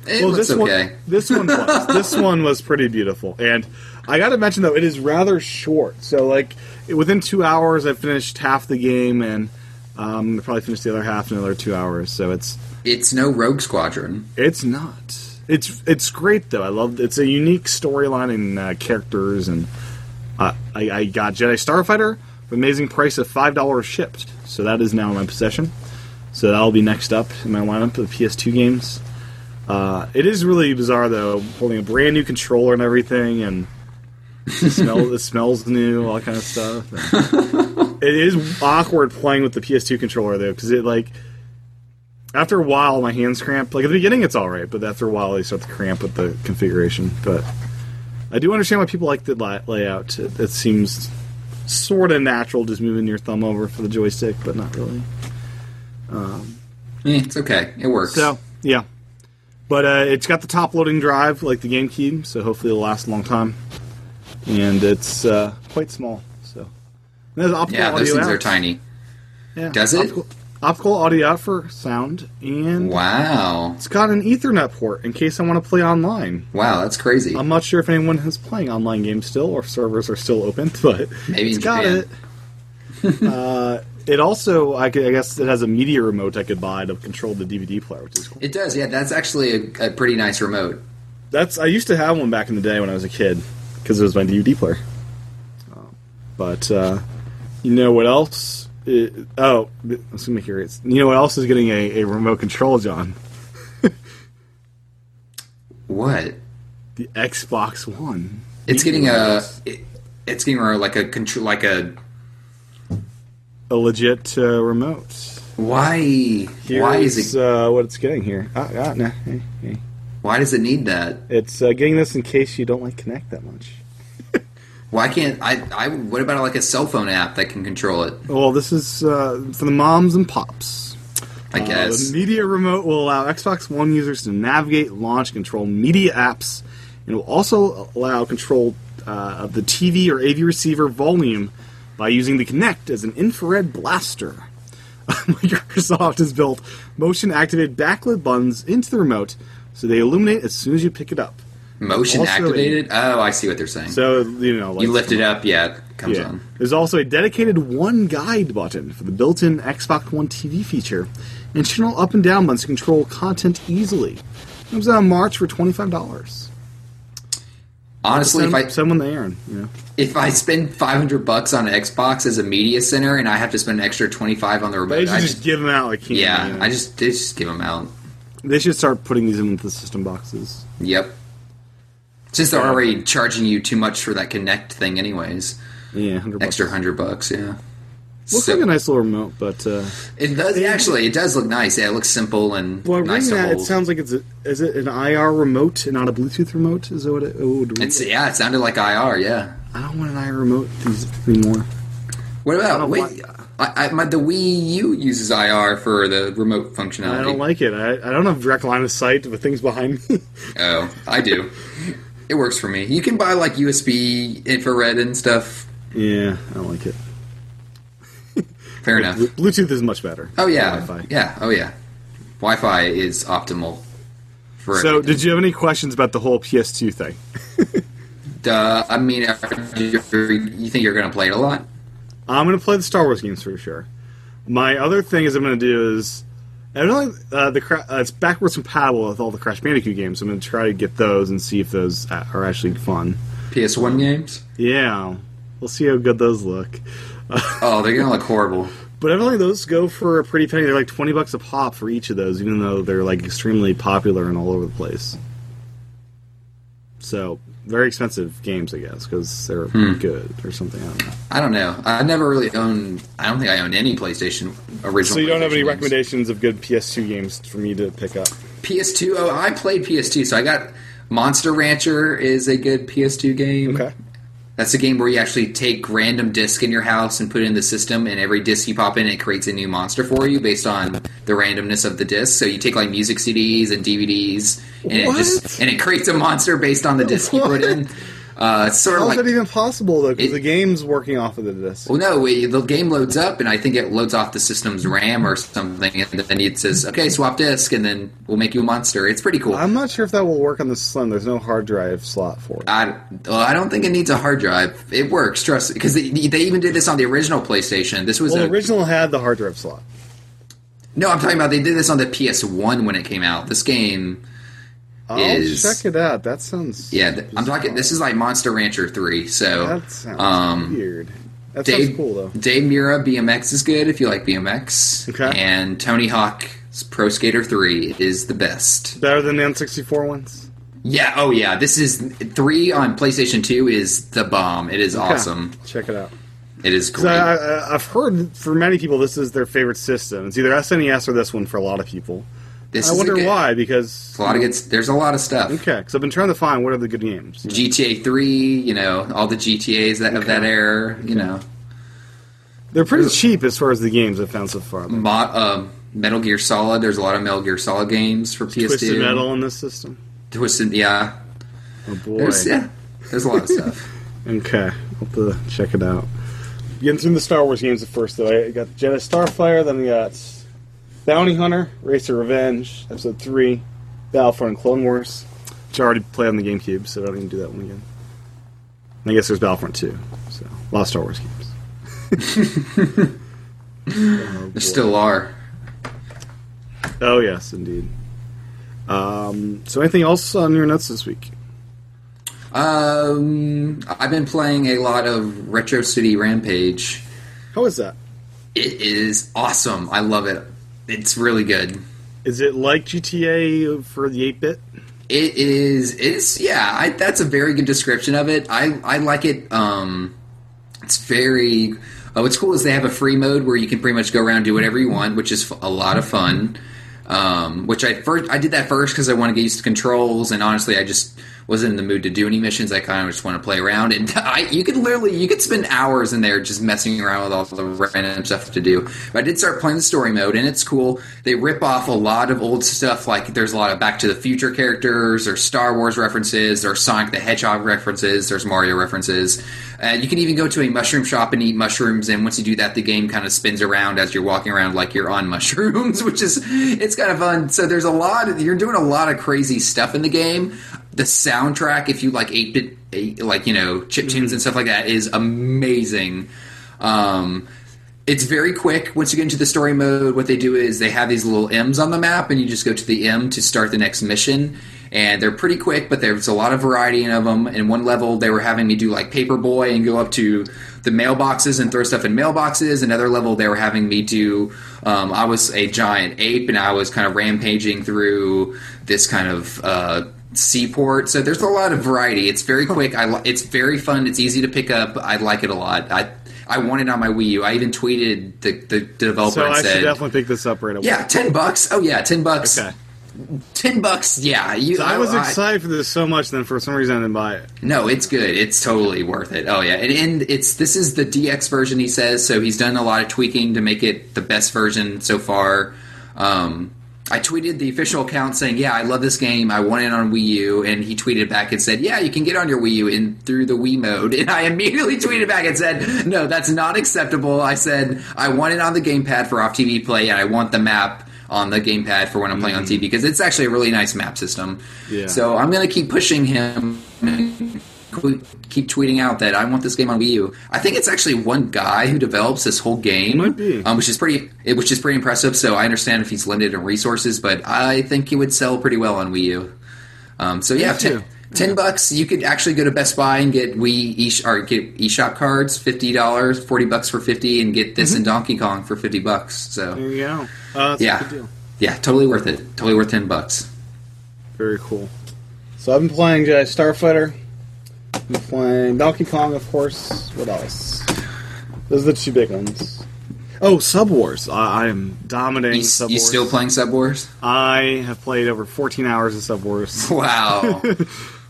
S3: It
S2: well,
S3: looks
S2: this
S3: okay.
S2: one, this one was. this one was pretty beautiful, and I got to mention though, it is rather short. So, like within two hours, I finished half the game, and um, I probably finished the other half in another two hours. So it's
S3: It's no Rogue Squadron.
S2: it's not. It's it's great though. I love. It's a unique storyline and uh, characters, and uh, I, I got Jedi Starfighter for an amazing price of five dollars shipped. So that is now in my possession. So that'll be next up in my lineup of PS2 games. Uh, it is really bizarre though, holding a brand new controller and everything, and the smell it smells new, all that kind of stuff. it is awkward playing with the PS2 controller though, because it like after a while my hands cramp. Like at the beginning it's all right, but after a while they start to cramp with the configuration. But I do understand why people like the li- layout. It, it seems sort of natural, just moving your thumb over for the joystick, but not really.
S3: Eh, it's okay. It works.
S2: So yeah, but uh, it's got the top-loading drive like the GameCube, so hopefully it'll last a long time. And it's uh, quite small, so and there's optical
S3: yeah, those
S2: audio
S3: things are
S2: out.
S3: tiny.
S2: Yeah.
S3: Does it?
S2: Optical, optical audio out for sound, and
S3: Wow.
S2: it's got an Ethernet port in case I want to play online.
S3: Wow, that's crazy.
S2: I'm not sure if anyone is playing online games still or if servers are still open, but
S3: Maybe in
S2: it's got
S3: Japan.
S2: it. uh, it also, I, could- I guess, it has a media remote I could buy to control the DVD player, which is cool.
S3: it does. Yeah, that's actually a, a pretty nice remote.
S2: That's I used to have one back in the day when I was a kid because it was my DVD player. Um, But uh, you know what else? It, oh, th- I was gonna make it right. You know what else is getting a, a remote control, John?
S3: What?
S2: The Xbox One.
S3: It's getting a.
S2: Yes.
S3: It, it's getting a- like a control, like a.
S2: A legit uh, remote.
S3: Why?
S2: Here's
S3: why is it?
S2: uh, what it's getting here? Ah, ah, nah, hey, hey.
S3: Why does it need that?
S2: It's uh, getting this in case you don't like Connect that much.
S3: Why can't I? I what about like a cell phone app that can control it?
S2: Well, this is uh, for the moms and pops.
S3: I
S2: Uh,
S3: guess.
S2: the media remote will allow Xbox One users to navigate, launch, control media apps, and will also allow control uh, of the TV or AV receiver volume by using the Kinect as an infrared blaster. Microsoft has built motion-activated backlit buttons into the remote, so they illuminate as soon as you pick it up.
S3: Motion
S2: also
S3: activated. oh, I see what they're saying.
S2: So you know, like,
S3: you lift it up, yeah, it comes
S2: yeah.
S3: on.
S2: There's also a dedicated one guide button for the built-in Xbox One TV feature, and channel up and down buttons to control content easily. Comes out in March for twenty-five dollars.
S3: Honestly, if I
S2: someone the Aaron, you know.
S3: if I spend five hundred bucks on an Xbox as a media center, and I have to spend an extra twenty five on the
S2: They
S3: remote,
S2: should
S3: I
S2: just,
S3: just
S2: give them out like candy,
S3: yeah,
S2: you know.
S3: I just they just give them out.
S2: they should start putting these in with the system boxes.
S3: Yep. Since they're already charging you too much for that Connect thing, anyways,
S2: Yeah, hundred
S3: extra hundred bucks. Yeah.
S2: Looks
S3: So-
S2: like a nice little remote, but uh,
S3: It does actually. It does look nice. Yeah, it looks simple and
S2: well,
S3: nice
S2: reading
S3: to
S2: that,
S3: hold.
S2: it sounds like it's a, is it an IR remote and not a Bluetooth remote? Is that what it, it would read?
S3: it's yeah. It sounded like IR. Yeah.
S2: I don't want an IR remote these- anymore.
S3: What about
S2: don't
S3: wait? I, I, my, the Wii U uses IR for the remote functionality.
S2: I don't like it. I, I don't have direct line of sight to the things behind me.
S3: Oh, I do. it works for me. You can buy like USB infrared and stuff.
S2: yeah, I don't like it.
S3: Fair enough.
S2: Blu- Bluetooth is much better.
S3: Oh yeah,
S2: than Wi-Fi.
S3: yeah. Oh yeah. Wi-Fi is optimal. For
S2: So,
S3: everything.
S2: did you have any questions about the whole PS2 thing?
S3: Duh. I mean, after you you think you're going to play it a lot?
S2: I'm going to play the Star Wars games for sure. My other thing is I'm going to do is I don't know, uh, the cra- uh, it's backwards compatible with all the Crash Bandicoot games. I'm going to try to get those and see if those a- are actually fun.
S3: PS1 games?
S2: Yeah, we'll see how good those look.
S3: Oh, they're going to look horrible.
S2: But I don't think those go for a pretty penny. They're like twenty bucks a pop for each of those, even though they're like extremely popular and all over the place. So very expensive games, I guess, because they're
S3: Hmm.
S2: good or something. I don't know.
S3: I don't know. I never really owned. I don't think I owned any PlayStation original.
S2: So you don't have any
S3: PlayStation games.
S2: recommendations of good PS2 games for me to pick up?
S3: PS2. Oh, I played PS2, so I got Monster Rancher is a good PS2 game.
S2: Okay.
S3: That's a game where you actually take random disc in your house and put it in the system, and every disc you pop in, it creates a new monster for you based on the randomness of the disc. So you take like music CDs and DVDs, and it just
S2: What?
S3: and it creates a monster based on the disc you put in. Uh, it's sort of
S2: How's
S3: like
S2: that even possible though? Because
S3: It- Oh,
S2: the game's working off of the disc.
S3: Well, no, we, the game loads up, and I think it loads off the system's RAM or something, and then it says, "Okay, swap disk," and then we'll make you a monster. It's pretty cool.
S2: I'm not sure if that will work on the Slim. There's no hard drive slot for it.
S3: I, well, I don't think it needs a hard drive. It works, trust, because they, they even did this on the original PlayStation. This was
S2: Well,
S3: a,
S2: the original had the hard drive slot.
S3: no, I'm talking about they did this on the PS1 when it came out. This game,
S2: I'll
S3: Is-
S2: check it out. That sounds
S3: yeah, th- I'm talking. This is like Monster Rancher three. So
S2: That sounds
S3: um,
S2: weird. That sounds
S3: Dave,
S2: cool though.
S3: Dave Mira BMX is good if you like BMX,
S2: Okay.
S3: and Tony Hawk's Pro Skater three is the best.
S2: Better than the N64 ones.
S3: Yeah, oh yeah. This is three on PlayStation Two is the bomb. It is
S2: Okay,
S3: awesome.
S2: Check it out.
S3: It is
S2: 'Cause
S3: great.
S2: I, I, I've heard for many people this is their favorite system. It's either SNES or this one for a lot of people.
S3: this
S2: I
S3: is a
S2: wonder
S3: good-
S2: why because
S3: A lot of good. There's a lot of stuff.
S2: okay, because I've been trying to find what are the good games.
S3: GTA Three, you know, all the GTA's that of that era, you know,
S2: They're pretty cheap as far as the games I've found so far. Like,
S3: Mo- um, Metal Gear Solid. There's a lot of Metal Gear Solid games for PS2.
S2: Twisted Metal in this system.
S3: Twisted, yeah.
S2: Oh boy.
S3: There's, yeah. There's a lot of stuff.
S2: Okay, I'll have to check it out. Getting through the Star Wars games at first, though. I got Jedi Starfire, then we got Bounty Hunter, Racer Revenge, Episode 3, Battlefront and Clone Wars, which I already played on the GameCube, so I don't even do that one again. And I guess there's Battlefront 2, so a lot of Star Wars games.
S3: there still are.
S2: Oh, yes, indeed. Um, so, anything else on your notes this week?
S3: Um, I've been playing a lot of Retro City Rampage.
S2: How is that?
S3: It is awesome. I love it. It's really good.
S2: Is it like GTA for the 8 bit?
S3: It is. It's yeah. I, that's a very good description of it. I I like it. Um, it's very. Uh, what's cool is they have a free mode where you can pretty much go around and do whatever you want, which is f- a lot of fun. Um, which I first I did that first because I want to get used to controls, and honestly, I just wasn't in the mood to do any missions. I kind of just want to play around, and I you could literally you could spend hours in there just messing around with all the random stuff to do. But I did start playing the story mode, and it's cool. They rip off a lot of old stuff, like there's a lot of Back to the Future characters, or Star Wars references, or Sonic the Hedgehog references, there's Mario references. Uh, you can even go to a mushroom shop and eat mushrooms, and once you do that, the game kind of spins around as you're walking around like you're on mushrooms, which is it's kind of fun. So there's a lot. Of, you're doing a lot of crazy stuff in the game. The soundtrack, if you like eight bit, eight, like you know chip tunes and stuff like that, is amazing. Um, it's very quick. Once you get into the story mode, what they do is they have these little M's on the map, and you just go to the M to start the next mission. And they're pretty quick, but there's a lot of variety in of them. In one level, they were having me do like Paperboy and go up to the mailboxes and throw stuff in mailboxes. Another level, they were having me do. Um, I was a giant ape, and I was kind of rampaging through this kind of. Uh, seaport. So there's a lot of variety. It's very quick. I li- it's very fun. It's easy to pick up. I like it a lot. I I want it on my Wii U. I even tweeted the, the developer
S2: So
S3: and
S2: I should
S3: said,
S2: definitely pick this up right away.
S3: "Yeah, ten bucks. Oh yeah, ten bucks.
S2: Okay.
S3: Ten bucks. Yeah, you.
S2: So I was
S3: I-
S2: excited for this so much, then for some reason I didn't buy it.
S3: No, it's good. It's totally worth it. Oh yeah, and, and it's this is the DX version. He says so. He's done a lot of tweaking to make it the best version so far. Um, I tweeted the official account saying, "Yeah, I love this game. I want it on Wii U." And he tweeted back and said, "Yeah, you can get on your Wii U in through the Wii mode." And I immediately tweeted back and said, "No, that's not acceptable." I said, "I want it on the gamepad for off TV play, and I want the map." On the gamepad for when I'm playing on TV because it's actually a really nice map system.
S2: Yeah.
S3: So I'm going to keep pushing him qu- keep tweeting out that I want this game on Wii U. I think it's actually one guy who develops this whole game,
S2: Might be.
S3: Um, which is pretty, it, which is pretty impressive. So I understand if he's limited in resources, but I think it would sell pretty well on Wii U. Um, so yeah,
S2: too.
S3: ten, 10 bucks you could actually go to Best Buy and get Wii e or get eShop cards, fifty dollars, forty bucks for fifty, and get
S2: Mm-hmm.
S3: this and Donkey Kong for fifty bucks. So
S2: There you go. Uh, that's
S3: yeah,
S2: a good deal.
S3: yeah, totally worth it. Totally worth ten bucks.
S2: Very cool. So I've been playing Jedi Starfighter. I've been playing Donkey Kong, of course. What else? Those are the two big ones. Oh, Sub Wars. I, I am dominating
S3: You, s-
S2: Sub
S3: you
S2: Wars.
S3: still playing Sub Wars?
S2: I have played over 14 hours of Sub Wars.
S3: Wow.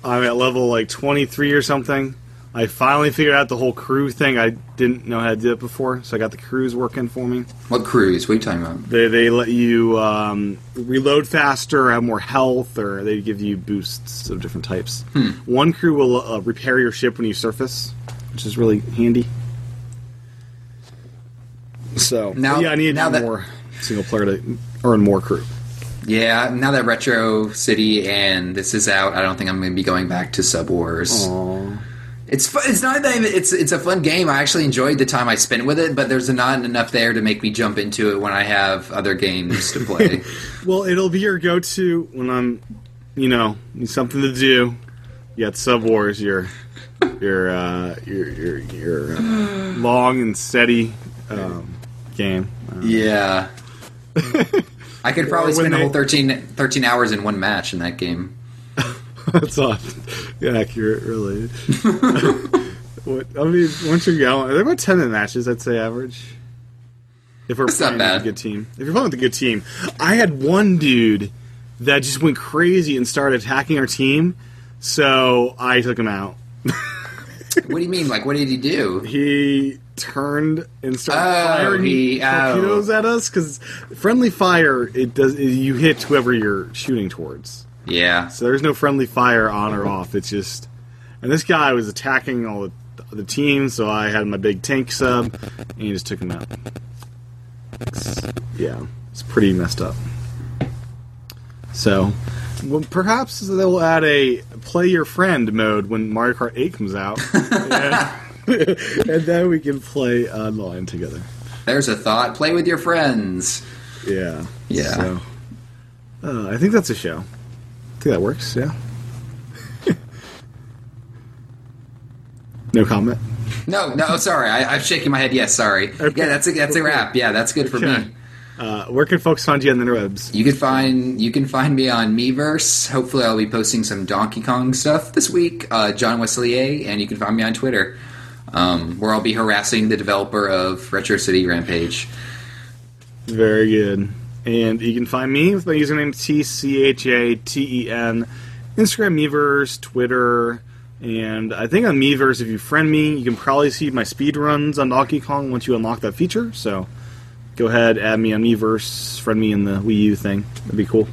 S2: I'm at level like 23 or something. I finally figured out the whole crew thing. I didn't know how to do it before, so I got the crews working for me.
S3: what cruise? What are you talking about?
S2: They, they let you um, reload faster, have more health, or they give you boosts of different types.
S3: Hmm.
S2: One crew will uh, repair your ship when you surface, which is really handy. So
S3: Now-
S2: yeah, I need
S3: now that-
S2: more single player to earn more crew.
S3: Yeah, now that Retro City and this is out, I don't think I'm going to be going back to Sub Wars. It's fun. It's not that even, it's it's a fun game. I actually enjoyed the time I spent with it, but there's not enough there to make me jump into it when I have other games to play.
S2: Well, it'll be your go-to when I'm, you know, need something to do. You got Sub Wars, your your uh, your your, your uh, long and steady um, game.
S3: Uh, yeah, I could probably
S2: Or when
S3: spend a
S2: they-
S3: whole 13, 13 hours in one match in that game.
S2: That's not accurate, really. what, I mean, once you're going, they're about ten minute matches, I'd say average. If we're
S3: not
S2: playing with
S3: bad.
S2: a good team, if you're playing with a good team, I had one dude that just went crazy and started attacking our team, so I took him out.
S3: What do you mean? Like, what did he do?
S2: He turned and started
S3: Oh,
S2: firing
S3: he- oh.
S2: torpedoes at us because friendly fire it does you hit whoever you're shooting towards.
S3: Yeah,
S2: So there's no friendly fire on or off. It's just, and this guy was attacking all the, the team, so I had my big tank sub, and he just took him out. It's- yeah, it's pretty messed up. So, well, perhaps they'll add a play your friend mode when Mario Kart 8 comes out, and, and then we can play online together.
S3: there's a thought. Play with your friends.
S2: Yeah.
S3: Yeah.
S2: So, uh, I think that's a show. I think that works. Yeah. no comment.
S3: No, no, sorry. I, I'm shaking my head. Yes, sorry. Yeah, that's a that's a wrap. Yeah, that's good for
S2: Okay.
S3: me.
S2: Uh, where can folks find you on the interwebs?
S3: You can find you can find me on Meverse. Hopefully, I'll be posting some Donkey Kong stuff this week. Uh, John Wesley and you can find me on Twitter, um, where I'll be harassing the developer of Retro City Rampage.
S2: Very good. And you can find me with my username T C H A T E N, Instagram Meverse, Twitter, and I think on Meverse, if you friend me, you can probably see my speed runs on Donkey Kong once you unlock that feature. So go ahead, add me on Meverse, friend me in the Wii U thing. That'd be cool.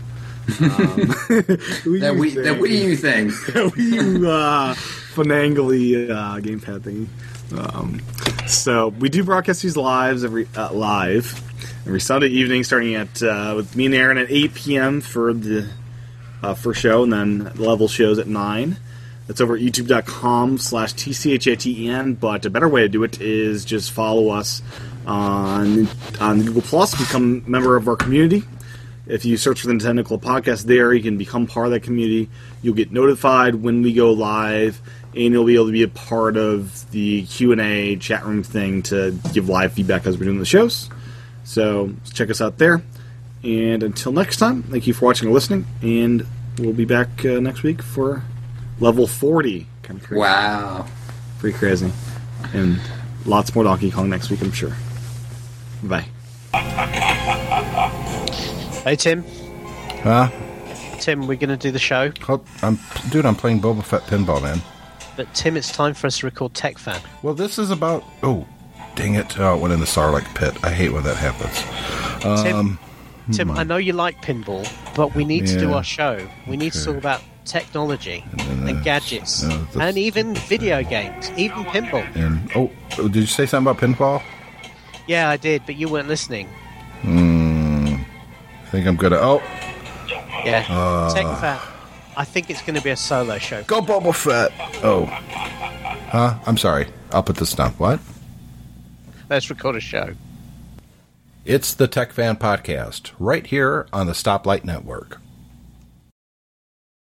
S2: Um,
S3: That we that Wii U thing.
S2: that Wii U uh, finangly uh, gamepad thingy. Um, so we do broadcast these lives every uh, live every Sunday evening, starting at uh, with me and Aaron at 8 p.m. for the uh, first show, and then level shows at nine. That's over at youtube.com slash tchaten. E But a better way to do it is just follow us on on Google Plus, become a member of our community. If you search for the Nintendo Club podcast there, you can become part of that community. You'll get notified when we go live, and you'll be able to be a part of the Q and A chat room thing to give live feedback as we're doing the shows. So check us out there. And until next time, thank you for watching and listening. And we'll be back uh, next week for level 40. Kind of crazy.
S3: Wow.
S2: Pretty crazy. And Lots more Donkey Kong next week, I'm sure. Bye.
S4: Hey Tim,
S5: Huh?
S4: Tim, we're going to do the show,
S5: Hope- I'm, dude, I'm playing Boba Fett pinball, man.
S4: but Tim, it's time for us to record Tech Fan.
S5: Well, this is about. Oh, dang it! Oh, it went in the Sarlacc pit. I hate when that happens.
S4: Tim, Tim, I know you like pinball, but we need to do
S5: Um, Yeah.
S4: our show. We need to
S5: Okay.
S4: talk about technology and,
S5: uh,
S4: gadgets
S5: uh, that's-
S4: and even video games, even pinball.
S5: And oh, did you say something about pinball?
S4: Yeah, I did, but you weren't listening.
S5: I think I'm gonna. Oh,
S4: Yeah,
S5: Ah.
S4: Tech Fan. I think it's going to be a solo show.
S5: go Boba Fett. Oh, huh? I'm sorry. I'll put this down. What?
S4: Let's record a show.
S5: It's the Tech Fan Podcast right here on the Stoplight Network.